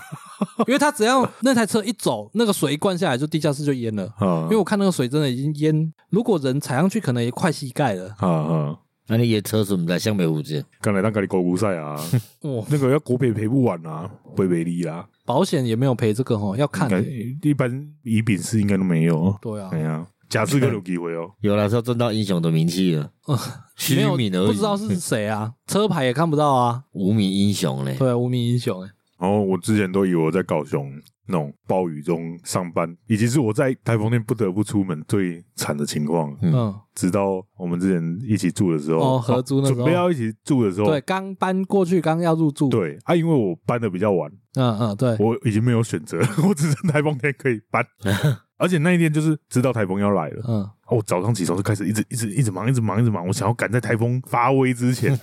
[SPEAKER 1] 因为他只要那台车一走，那个水一灌下来，就地下室就淹了。
[SPEAKER 3] 啊
[SPEAKER 1] 因为我看那个水真的已经淹，如果人踩上去，可能也快膝盖了。
[SPEAKER 3] 啊啊！
[SPEAKER 2] 那你的车是不在向北五街，
[SPEAKER 3] 刚才那个你狗骨赛啊，
[SPEAKER 1] 哦，
[SPEAKER 3] 那个要国赔赔不完啊，赔赔力啦，
[SPEAKER 1] 保险也没有赔这个哦，要
[SPEAKER 3] 应
[SPEAKER 1] 看
[SPEAKER 3] 该
[SPEAKER 1] 欸、
[SPEAKER 3] 一般乙丙是应该都没有。
[SPEAKER 1] 对啊
[SPEAKER 3] 哎，呀，假释更有机会哦。
[SPEAKER 2] 有了是要挣到英雄的名气了
[SPEAKER 1] 呃，
[SPEAKER 2] 虚
[SPEAKER 1] 没有
[SPEAKER 2] 名而已，
[SPEAKER 1] 不知道是谁啊，车牌也看不到啊。
[SPEAKER 2] 无名英雄嘞。
[SPEAKER 1] 对啊，无名英雄、欸，
[SPEAKER 3] 然后我之前都以为我在高雄那种暴雨中上班，已经是我在台风天不得不出门最惨的情况了。
[SPEAKER 2] 嗯
[SPEAKER 1] 嗯，
[SPEAKER 3] 直到我们之前一起住的时候，
[SPEAKER 1] 哦合租那时候
[SPEAKER 3] 准备要一起住的时候，
[SPEAKER 1] 对，刚搬过去，刚要入住，，
[SPEAKER 3] 对啊，因为我搬的比较晚，
[SPEAKER 1] 嗯嗯，对，
[SPEAKER 3] 我已经没有选择了，我只剩台风天可以 搬。而且那一天就是知道台风要来了，
[SPEAKER 1] 嗯，
[SPEAKER 3] 啊我早上起床就开始一直一直一直忙，一直忙，一直忙，我想要赶在台风发威之 前。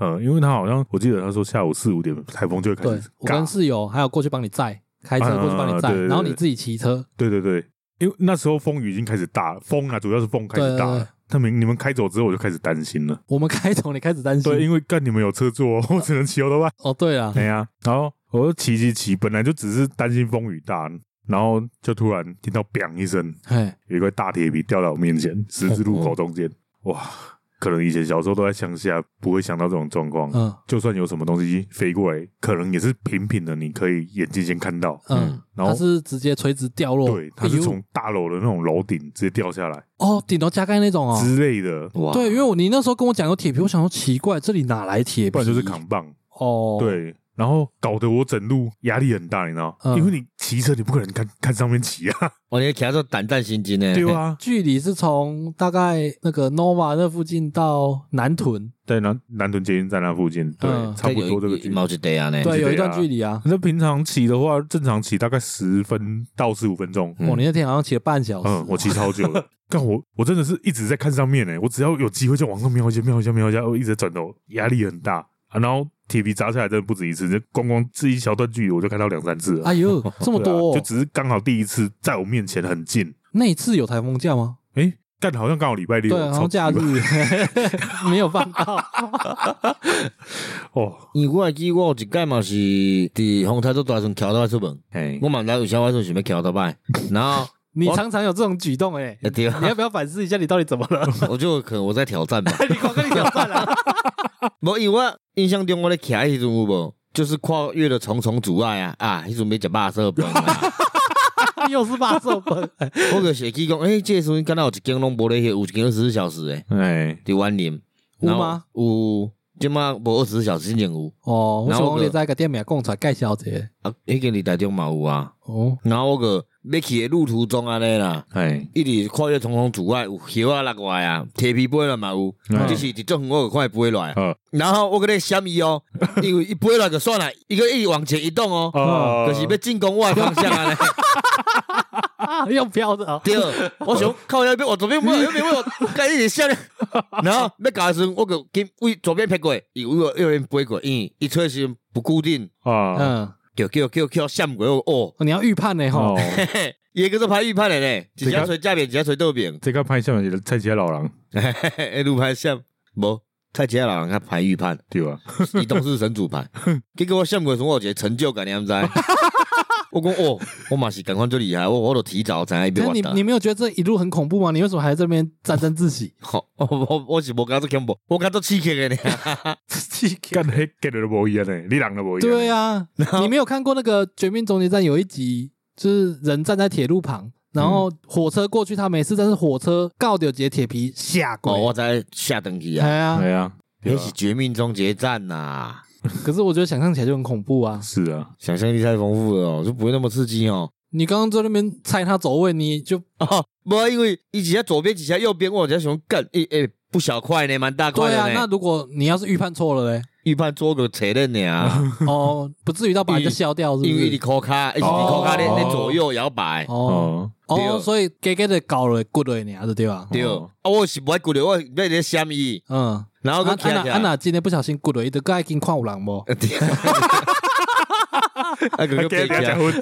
[SPEAKER 3] 嗯，因为他好像我记得他说下午四五点台风就会开
[SPEAKER 1] 对
[SPEAKER 3] 始，
[SPEAKER 1] 我
[SPEAKER 3] 嘎
[SPEAKER 1] 跟，室友还有过去帮你载，开车过去帮你载，
[SPEAKER 3] 啊对对对
[SPEAKER 1] 然后你自己骑车，
[SPEAKER 3] 对对对，因为那时候风雨已经开始大了，风啊主要是风开始
[SPEAKER 1] 对
[SPEAKER 3] 大
[SPEAKER 1] 对对
[SPEAKER 3] 了。他们你们开走之后我就开始担心了，
[SPEAKER 1] 我们开头你开始担心，
[SPEAKER 3] 对，因为干你们有车坐 哦，我只能骑欧 多拜。
[SPEAKER 1] 哦，对了，
[SPEAKER 3] 哎呀，然后我就骑骑骑，本来就只是担心风雨大，然后就突然听到“砰”一声，
[SPEAKER 1] 嘿，
[SPEAKER 3] 有一块大铁皮掉到我面
[SPEAKER 1] 嗯
[SPEAKER 3] 前，十字路口中间，哇！可能以前小时候都在乡下，不会想到这种状况。
[SPEAKER 1] 嗯
[SPEAKER 3] 就算有什么东西飞过来，可能也是平平的，你可以眼睛先看到。
[SPEAKER 1] 嗯，
[SPEAKER 3] 然后
[SPEAKER 1] 它是直接垂直掉落，
[SPEAKER 3] 对，它
[SPEAKER 1] 哎
[SPEAKER 3] 是
[SPEAKER 1] 呦
[SPEAKER 3] 从大楼的那种楼顶直接掉下来
[SPEAKER 1] 哦顶楼加盖那种哦，
[SPEAKER 3] 之类的，
[SPEAKER 2] 哇，
[SPEAKER 1] 对，因为我你那时候跟我讲有铁皮，我想说奇怪，这里哪来铁皮？
[SPEAKER 3] 不然就是扛棒。
[SPEAKER 1] 哦，，
[SPEAKER 3] 对，然后搞得我整路压力很大，你知道？
[SPEAKER 1] 嗯
[SPEAKER 3] 因为你骑车，你不可能看看上面 骑啊，
[SPEAKER 2] 哇，你骑到胆战心惊呢。
[SPEAKER 3] 对啊，
[SPEAKER 1] 距离是从大概那个 nova 那附近到南屯，
[SPEAKER 3] 在南南屯捷运站那附近，对，
[SPEAKER 1] 嗯
[SPEAKER 3] 差不多这个距离。
[SPEAKER 2] 毛就对啊呢。
[SPEAKER 1] 对，
[SPEAKER 3] 记得
[SPEAKER 1] 有一段
[SPEAKER 3] 呀
[SPEAKER 1] 距离啊。
[SPEAKER 3] 那平常骑的话，正常骑大概十分到十五分钟。
[SPEAKER 2] 嗯
[SPEAKER 1] 哦，你那天好啊像骑了半小时，
[SPEAKER 3] 嗯，我骑超久了， 但我我真的是一直在看上面欸呢、我只要有机会就往上瞄一下，瞄一下，瞄一下，我一直在转头，压力很大、啊。然后铁皮砸下来真的不止一次，这光光这一小段距离我就看到两三次了。
[SPEAKER 1] 哎呦，这么
[SPEAKER 3] 对啊
[SPEAKER 1] 多哦
[SPEAKER 3] 就！只是刚好第一次在我面前很近，
[SPEAKER 1] 那一次有台风假吗？
[SPEAKER 3] 诶、但好像刚好礼拜六，
[SPEAKER 1] 对，啊好像假
[SPEAKER 3] 超
[SPEAKER 1] 日
[SPEAKER 3] 级
[SPEAKER 1] 没有放到。
[SPEAKER 3] 哦，
[SPEAKER 2] 因为我会记我有一届嘛是伫风台做大阵桥头出门，
[SPEAKER 3] 哎
[SPEAKER 2] 我，嘛不知道有啥我阵想要桥头摆，然后
[SPEAKER 1] 你
[SPEAKER 2] 我
[SPEAKER 1] 常常有这种举动 哎、
[SPEAKER 2] 呃对啊
[SPEAKER 1] 你要不要反思一下你到底怎么了？
[SPEAKER 2] 我就可能我在挑战吧。
[SPEAKER 1] 你光跟你啊讲算 了。
[SPEAKER 2] 无因为我印象中我咧徛迄阵有无，就是跨越了重重阻碍啊啊！迄阵要食肉色饭 啊，
[SPEAKER 1] 又是霸兽本，
[SPEAKER 2] 我就是会记讲，诶、即个时阵敢若有一间拢无咧迄，有一间二十四小时诶，
[SPEAKER 3] 哎，
[SPEAKER 2] 伫湾林
[SPEAKER 1] 有
[SPEAKER 2] 然后
[SPEAKER 1] 吗？
[SPEAKER 2] 有，即马无二十四小时真正有
[SPEAKER 1] 哦，我
[SPEAKER 2] 然
[SPEAKER 1] 想
[SPEAKER 2] 后
[SPEAKER 1] 讲你
[SPEAKER 2] 个
[SPEAKER 1] 在个店名讲出来介绍者
[SPEAKER 2] 啊，迄间伫台中嘛有啊。
[SPEAKER 1] 哦，
[SPEAKER 2] 然后我个要去诶路途中安尼啦，
[SPEAKER 3] 哎，
[SPEAKER 2] 一直跨越重重阻碍，有叶啊落来啊，铁皮飞了嘛有，
[SPEAKER 3] 嗯
[SPEAKER 2] 只是伫种远我就看伊飞落来，
[SPEAKER 3] 呃，
[SPEAKER 2] 然后我搁咧闪伊哦，因为伊飞落就算了，伊个一直往前移动哦，
[SPEAKER 3] 哦
[SPEAKER 2] 就是要进攻我诶方向安尼。
[SPEAKER 1] 啊，又飘着哦，
[SPEAKER 2] 对，我想靠右边，我左边没有，右边没有，干一直笑咧。然后要搞的时候，我就跟为左边撇过，伊为右边飞过，因为伊吹的时候不固定，
[SPEAKER 3] 啊，
[SPEAKER 1] 嗯，
[SPEAKER 2] 叫叫叫叫闪过我哦。
[SPEAKER 1] 哦你要预判呢吼
[SPEAKER 3] 哦，，
[SPEAKER 2] 嘿嘿伊个做歹预判的呢，一只吹正面，一只吹倒边，
[SPEAKER 3] 这个拍下来蔡家老狼
[SPEAKER 2] 一路拍闪，无。太极老人他排 预判，
[SPEAKER 3] 对吧？
[SPEAKER 2] 移动式神主牌。结果我闪过的时候，我有一个成就感，你毋 知道？我讲哦，我嘛是感觉最厉害，我我都提早知影伊
[SPEAKER 1] 可
[SPEAKER 2] 要
[SPEAKER 1] 是
[SPEAKER 2] 完
[SPEAKER 1] 你
[SPEAKER 2] 蛋？
[SPEAKER 1] 你没有觉得这一路很恐怖吗？你为什么还在这边沾沾自喜
[SPEAKER 2] 好，我哦我我是无感觉恐怖，我感觉刺激的呢。
[SPEAKER 3] 干黑 get 都无一样呢，你人都无一样。
[SPEAKER 1] 对 啊，你没有看过那个《绝命终结站》有一集，就是人站在铁路旁，然后火车过去，他没事，但是火车告掉节铁皮下轨
[SPEAKER 2] 哦，，我知下登去啊，
[SPEAKER 1] 哎呀，
[SPEAKER 3] 对啊，对
[SPEAKER 2] 那
[SPEAKER 3] 啊
[SPEAKER 2] 是绝命终结战呐、
[SPEAKER 1] 可是我觉得想象起来就很恐怖啊！
[SPEAKER 3] 是啊，
[SPEAKER 2] 想象力太丰富了哦，就不会那么刺激哦。
[SPEAKER 1] 你刚刚在那边猜他走位，你就
[SPEAKER 2] 哦，不啊，因为一起在左边，几下右边，我比较喜欢干，诶、诶、不小块呢，蛮大块
[SPEAKER 1] 对
[SPEAKER 2] 的
[SPEAKER 1] 啊。
[SPEAKER 2] 呢。
[SPEAKER 1] 那如果你要是预判错了嘞，
[SPEAKER 2] 预判做个责任呢啊，
[SPEAKER 1] 哦，不至于到把人家笑掉，是不
[SPEAKER 2] 因为你
[SPEAKER 1] 是？
[SPEAKER 2] 扣卡，而且你扣卡，你
[SPEAKER 1] 哦
[SPEAKER 2] 你左右摇摆。
[SPEAKER 1] 哦
[SPEAKER 3] 哦，
[SPEAKER 2] 对
[SPEAKER 1] 哦，所以给给的搞了骨了你啊，对吧？
[SPEAKER 2] 对，啊
[SPEAKER 3] 哦，
[SPEAKER 2] 我是不爱鼓励，我要在虾米，
[SPEAKER 1] 嗯，
[SPEAKER 2] 然后
[SPEAKER 1] 安
[SPEAKER 2] 跟
[SPEAKER 1] 安娜安娜今天不小心骨了，一个爱金看有人无？
[SPEAKER 2] 啊，个个
[SPEAKER 3] 给
[SPEAKER 2] 别
[SPEAKER 3] 人家
[SPEAKER 2] 家，
[SPEAKER 3] 婚，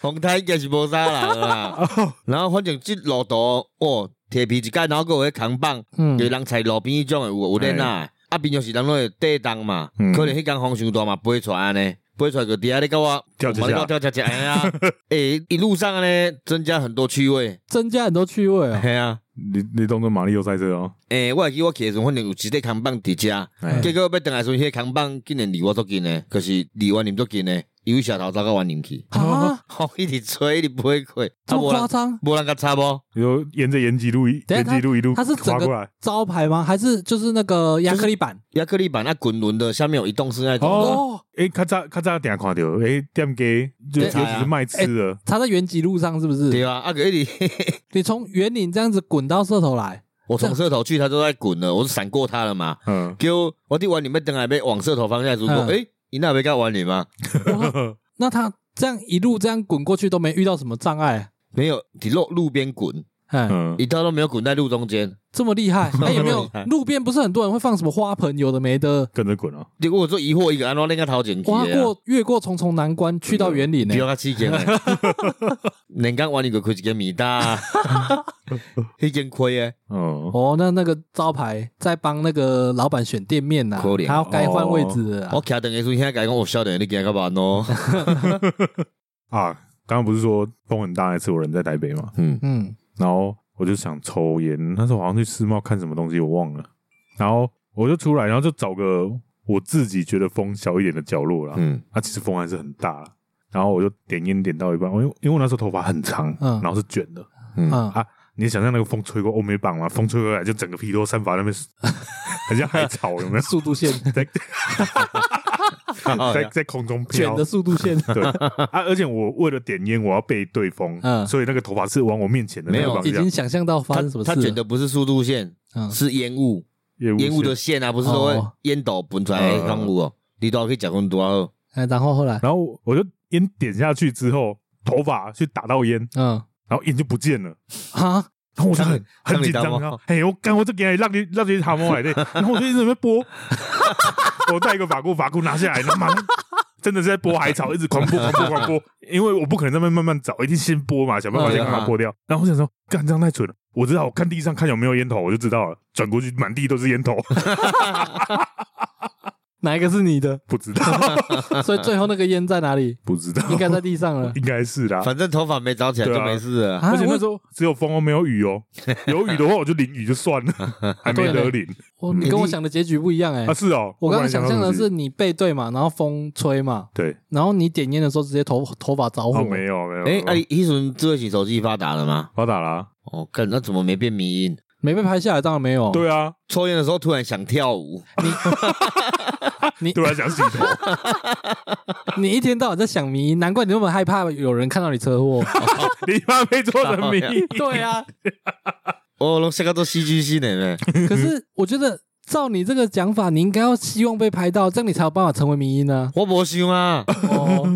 [SPEAKER 2] 红太应该是无啥人啦。然后反正这路途，哦，铁皮一盖，然后还有迄扛棒，
[SPEAKER 1] 嗯
[SPEAKER 2] 有，人踩路边迄种诶，有有恁啊。啊，平常时人拢会跌动嘛，
[SPEAKER 3] 嗯
[SPEAKER 2] 可能迄间风伤大嘛，飞出来安尼，飞出来个底下咧甲我
[SPEAKER 3] 跳一下
[SPEAKER 2] 我嘛咧跟我跳一下，哎呀，诶，一路上呢增加很多趣味，
[SPEAKER 1] 增加很多趣味 啊。
[SPEAKER 2] 系啊。
[SPEAKER 3] 你你当做马里奥赛车哦，
[SPEAKER 2] 诶，我会记我骑的时阵，反正有一块空棒伫遮，
[SPEAKER 3] 哎
[SPEAKER 2] 结果要等来的时阵，迄个空棒竟然离我足近诶，可是离我林足近诶，伊位小头走到我林去，
[SPEAKER 1] 啊，
[SPEAKER 2] 吼，一直吹，一直飞过，
[SPEAKER 1] 这
[SPEAKER 2] 啊，
[SPEAKER 1] 么
[SPEAKER 2] 无
[SPEAKER 1] 夸
[SPEAKER 2] 人
[SPEAKER 1] 张？
[SPEAKER 2] 无人甲插无，
[SPEAKER 3] 你说沿着延吉路一
[SPEAKER 1] 等一
[SPEAKER 3] 沿
[SPEAKER 1] 下
[SPEAKER 3] 吉路一路
[SPEAKER 1] 它是整
[SPEAKER 3] 跨
[SPEAKER 1] 个
[SPEAKER 3] 过来，
[SPEAKER 1] 招牌吗？还是就是那个亚克力板？
[SPEAKER 2] 亚克力板那滚轮的下面有一栋是那种，
[SPEAKER 3] 哦
[SPEAKER 1] 哦，
[SPEAKER 3] 诶，较早较早定看到，诶，店家就尤
[SPEAKER 2] 对
[SPEAKER 3] 其是卖吃的，
[SPEAKER 1] 它在原籍路上是不是？
[SPEAKER 2] 对啊，啊，个一直
[SPEAKER 1] 你从园林这样子滚到社头来，
[SPEAKER 2] 我从射头去，他都在滚了，我是闪过他了嘛，
[SPEAKER 1] 哎
[SPEAKER 3] 嗯，
[SPEAKER 2] 结果我伫碗里面等来要往射头方向的时候，如
[SPEAKER 1] 嗯
[SPEAKER 2] 果诶，你那边该碗里吗？
[SPEAKER 1] 那他这样一路这样滚过去都没遇到什么障碍，
[SPEAKER 2] 没有，你路路边滚，
[SPEAKER 1] 哎，
[SPEAKER 3] 嗯，
[SPEAKER 2] 一道都没有滚在路中间，
[SPEAKER 1] 这么厉害？哎，有没有
[SPEAKER 2] 厉害
[SPEAKER 1] 路边不是很多人会放什么花盆，有的没的？
[SPEAKER 3] 跟着滚啊，
[SPEAKER 2] 结果我做疑惑一个，安怎那个头前去
[SPEAKER 1] 哇，
[SPEAKER 2] 的啊？
[SPEAKER 1] 过越过重重难关去到园林呢
[SPEAKER 2] 比？较刺激嘞。 人家玩你个开一间面搭，迄间开诶，
[SPEAKER 3] 哦，
[SPEAKER 1] 哦，那那个招牌在帮那个老板选店面呐
[SPEAKER 2] 可，怜
[SPEAKER 1] 他要该换位置了啊啦
[SPEAKER 2] 我。徛等的时候，现在讲我晓得你今日干嘛喏？
[SPEAKER 3] 啊，刚刚不是说风很大那次我人在台北嘛，
[SPEAKER 2] 嗯，
[SPEAKER 1] 嗯，
[SPEAKER 3] 然后我就想抽烟，那时候好像去世贸看什么东西我忘了，然后我就出来，然后就找个我自己觉得风小一点的角落啦，
[SPEAKER 2] 嗯，
[SPEAKER 3] 啊，其实风还是很大啦，然后我就点烟点到一半，我因为因为我那时候头发很长，
[SPEAKER 1] 嗯
[SPEAKER 3] 然后是卷的，
[SPEAKER 1] 嗯，
[SPEAKER 3] 啊你想象那个风吹过欧美绑嘛，风吹过来就整个皮洛散发那边， 很像海草有 没有？
[SPEAKER 1] 速度线
[SPEAKER 3] 在
[SPEAKER 2] 好
[SPEAKER 3] 在
[SPEAKER 2] 呀
[SPEAKER 3] 在空中
[SPEAKER 1] 卷
[SPEAKER 3] 飘
[SPEAKER 1] 的，速度线，
[SPEAKER 3] 对啊，而且我为了点烟，我要背对风，
[SPEAKER 1] 嗯
[SPEAKER 3] 所以那个头发是往我面前的那
[SPEAKER 2] 没
[SPEAKER 3] 个
[SPEAKER 2] 有
[SPEAKER 3] 方
[SPEAKER 1] 已
[SPEAKER 3] 向
[SPEAKER 1] 经，想象到发
[SPEAKER 2] 他
[SPEAKER 1] 生什么事
[SPEAKER 2] 他
[SPEAKER 1] 了。
[SPEAKER 2] 卷的不是速度线，
[SPEAKER 1] 嗯
[SPEAKER 2] 是烟雾，
[SPEAKER 3] 烟
[SPEAKER 2] 烟雾
[SPEAKER 3] 线
[SPEAKER 2] 的线啊，不是说
[SPEAKER 1] 哦
[SPEAKER 2] 烟斗喷出来的那种雾哦。你都可以讲很多哦，
[SPEAKER 1] 哎，然后后来，
[SPEAKER 3] 然后我就烟点下去之后，头发去打到烟，
[SPEAKER 1] 嗯，
[SPEAKER 3] 然后烟就不见了。
[SPEAKER 1] 啊，
[SPEAKER 3] 然后我就很
[SPEAKER 2] 当
[SPEAKER 3] 很
[SPEAKER 2] 你
[SPEAKER 3] 紧
[SPEAKER 2] 当
[SPEAKER 3] 张，
[SPEAKER 2] 你
[SPEAKER 3] 然后嘿，我干，我就给你让你让你塔摸来的，然后我就一直在那边播， 我带一个法箍，法箍拿下来，然后马上真的是在播海草，一直狂播狂播狂播，因为我不可能在那边慢慢找，一定先播嘛，想办法先把它播掉。然后我想说，干这样太蠢了，我知道，我看地上看有没有烟头，我就知道了，转过去满地都是烟头，
[SPEAKER 1] 哪一个是你的？
[SPEAKER 3] 不知道，
[SPEAKER 1] 所以最后那个烟在哪里？
[SPEAKER 3] 不知道，
[SPEAKER 1] 应该在地上了。
[SPEAKER 3] 应该是啦。
[SPEAKER 2] 反正头发没长起来
[SPEAKER 3] 对
[SPEAKER 2] 就
[SPEAKER 3] 啊
[SPEAKER 2] 没事了。
[SPEAKER 1] 啊
[SPEAKER 3] 而且那
[SPEAKER 1] 我
[SPEAKER 3] 时候只有风哦，没有雨哦。有雨的话，我就淋雨就算了，还没得淋
[SPEAKER 1] 我哦你跟我想的结局不一样哎、
[SPEAKER 3] 哎啊。是哦，
[SPEAKER 1] 我刚刚
[SPEAKER 3] 本来
[SPEAKER 1] 想象
[SPEAKER 3] 到
[SPEAKER 1] 的
[SPEAKER 3] 这
[SPEAKER 1] 是
[SPEAKER 3] 里
[SPEAKER 1] 你背对嘛，然后风吹嘛，
[SPEAKER 3] 对，
[SPEAKER 1] 然后你点烟的时候直接头头发着火。
[SPEAKER 3] 哦，没有没有，
[SPEAKER 2] 哎，
[SPEAKER 3] 没有
[SPEAKER 2] 啊，你迄阵智慧型手机发达了吗？
[SPEAKER 3] 发达啦，
[SPEAKER 2] 哦，干，那怎么没变迷音？
[SPEAKER 1] 没被拍下来，当然没有。
[SPEAKER 3] 对啊，
[SPEAKER 2] 抽烟的时候突然想跳舞，
[SPEAKER 3] 对啊，想洗 头，
[SPEAKER 1] 你一天到晚在想迷，难怪你那么害怕有人看到你车 祸。
[SPEAKER 3] 你妈被做成迷，
[SPEAKER 1] 对啊，
[SPEAKER 2] 哦，拢下个都戏剧性的呢。
[SPEAKER 1] 可是我觉得照你这个讲法，你应该要希望被拍到，这样你才有办法成为迷音啊。
[SPEAKER 2] 我无想啊，
[SPEAKER 1] 哦，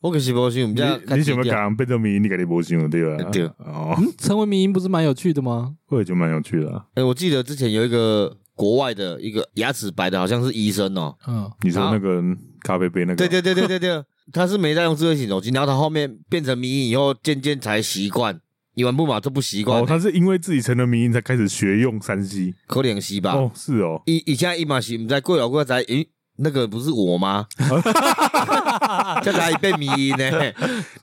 [SPEAKER 2] 我可是无想，我们
[SPEAKER 1] 啊
[SPEAKER 2] 家
[SPEAKER 3] 你你想要讲被做迷，你肯定不行对吧？
[SPEAKER 2] 对
[SPEAKER 3] 哦，
[SPEAKER 1] 嗯，成为迷音不是蛮有趣的吗？
[SPEAKER 3] 我也觉得蛮有趣的啊。
[SPEAKER 2] 哎、我记得之前有一个国外的一个牙齿白的，好像是医生哦。
[SPEAKER 1] 嗯，
[SPEAKER 3] 你说那个咖啡杯那个，
[SPEAKER 2] 对对对对对对，他是没在用智慧型手机，然后他后面变成迷影以后，渐渐才习惯。你玩不嘛就不习惯、
[SPEAKER 3] 哦，他是因为自己成了迷才开始学用三 C
[SPEAKER 2] 可怜西吧？
[SPEAKER 3] 哦，是哦，
[SPEAKER 2] 以以前伊嘛是唔知过了过才，诶、那个不是 我吗？这才变迷影呢、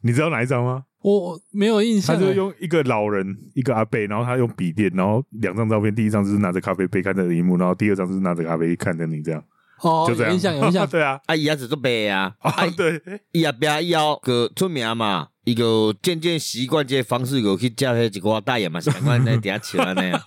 [SPEAKER 3] 你知道哪一张吗？
[SPEAKER 1] 我我没有印
[SPEAKER 3] 他
[SPEAKER 2] 啊
[SPEAKER 1] 象、
[SPEAKER 3] 就
[SPEAKER 1] 欸。
[SPEAKER 3] 用一个老人，一个阿伯，然后他用笔电，然后两张照片，第一张就是拿着咖啡杯看着荧幕，然后第二张就是拿着咖啡看着你这样，
[SPEAKER 1] 哦，
[SPEAKER 3] 就这
[SPEAKER 1] 有
[SPEAKER 3] 样
[SPEAKER 1] 印象，有印象。
[SPEAKER 3] 对啊，
[SPEAKER 2] 啊，伊牙齿做白啊，
[SPEAKER 3] 啊 对，
[SPEAKER 2] 伊也变以后个出名嘛，伊 就渐渐习惯这个方式，就去接迄一个大爷嘛，是赶快在底下笑安尼啊。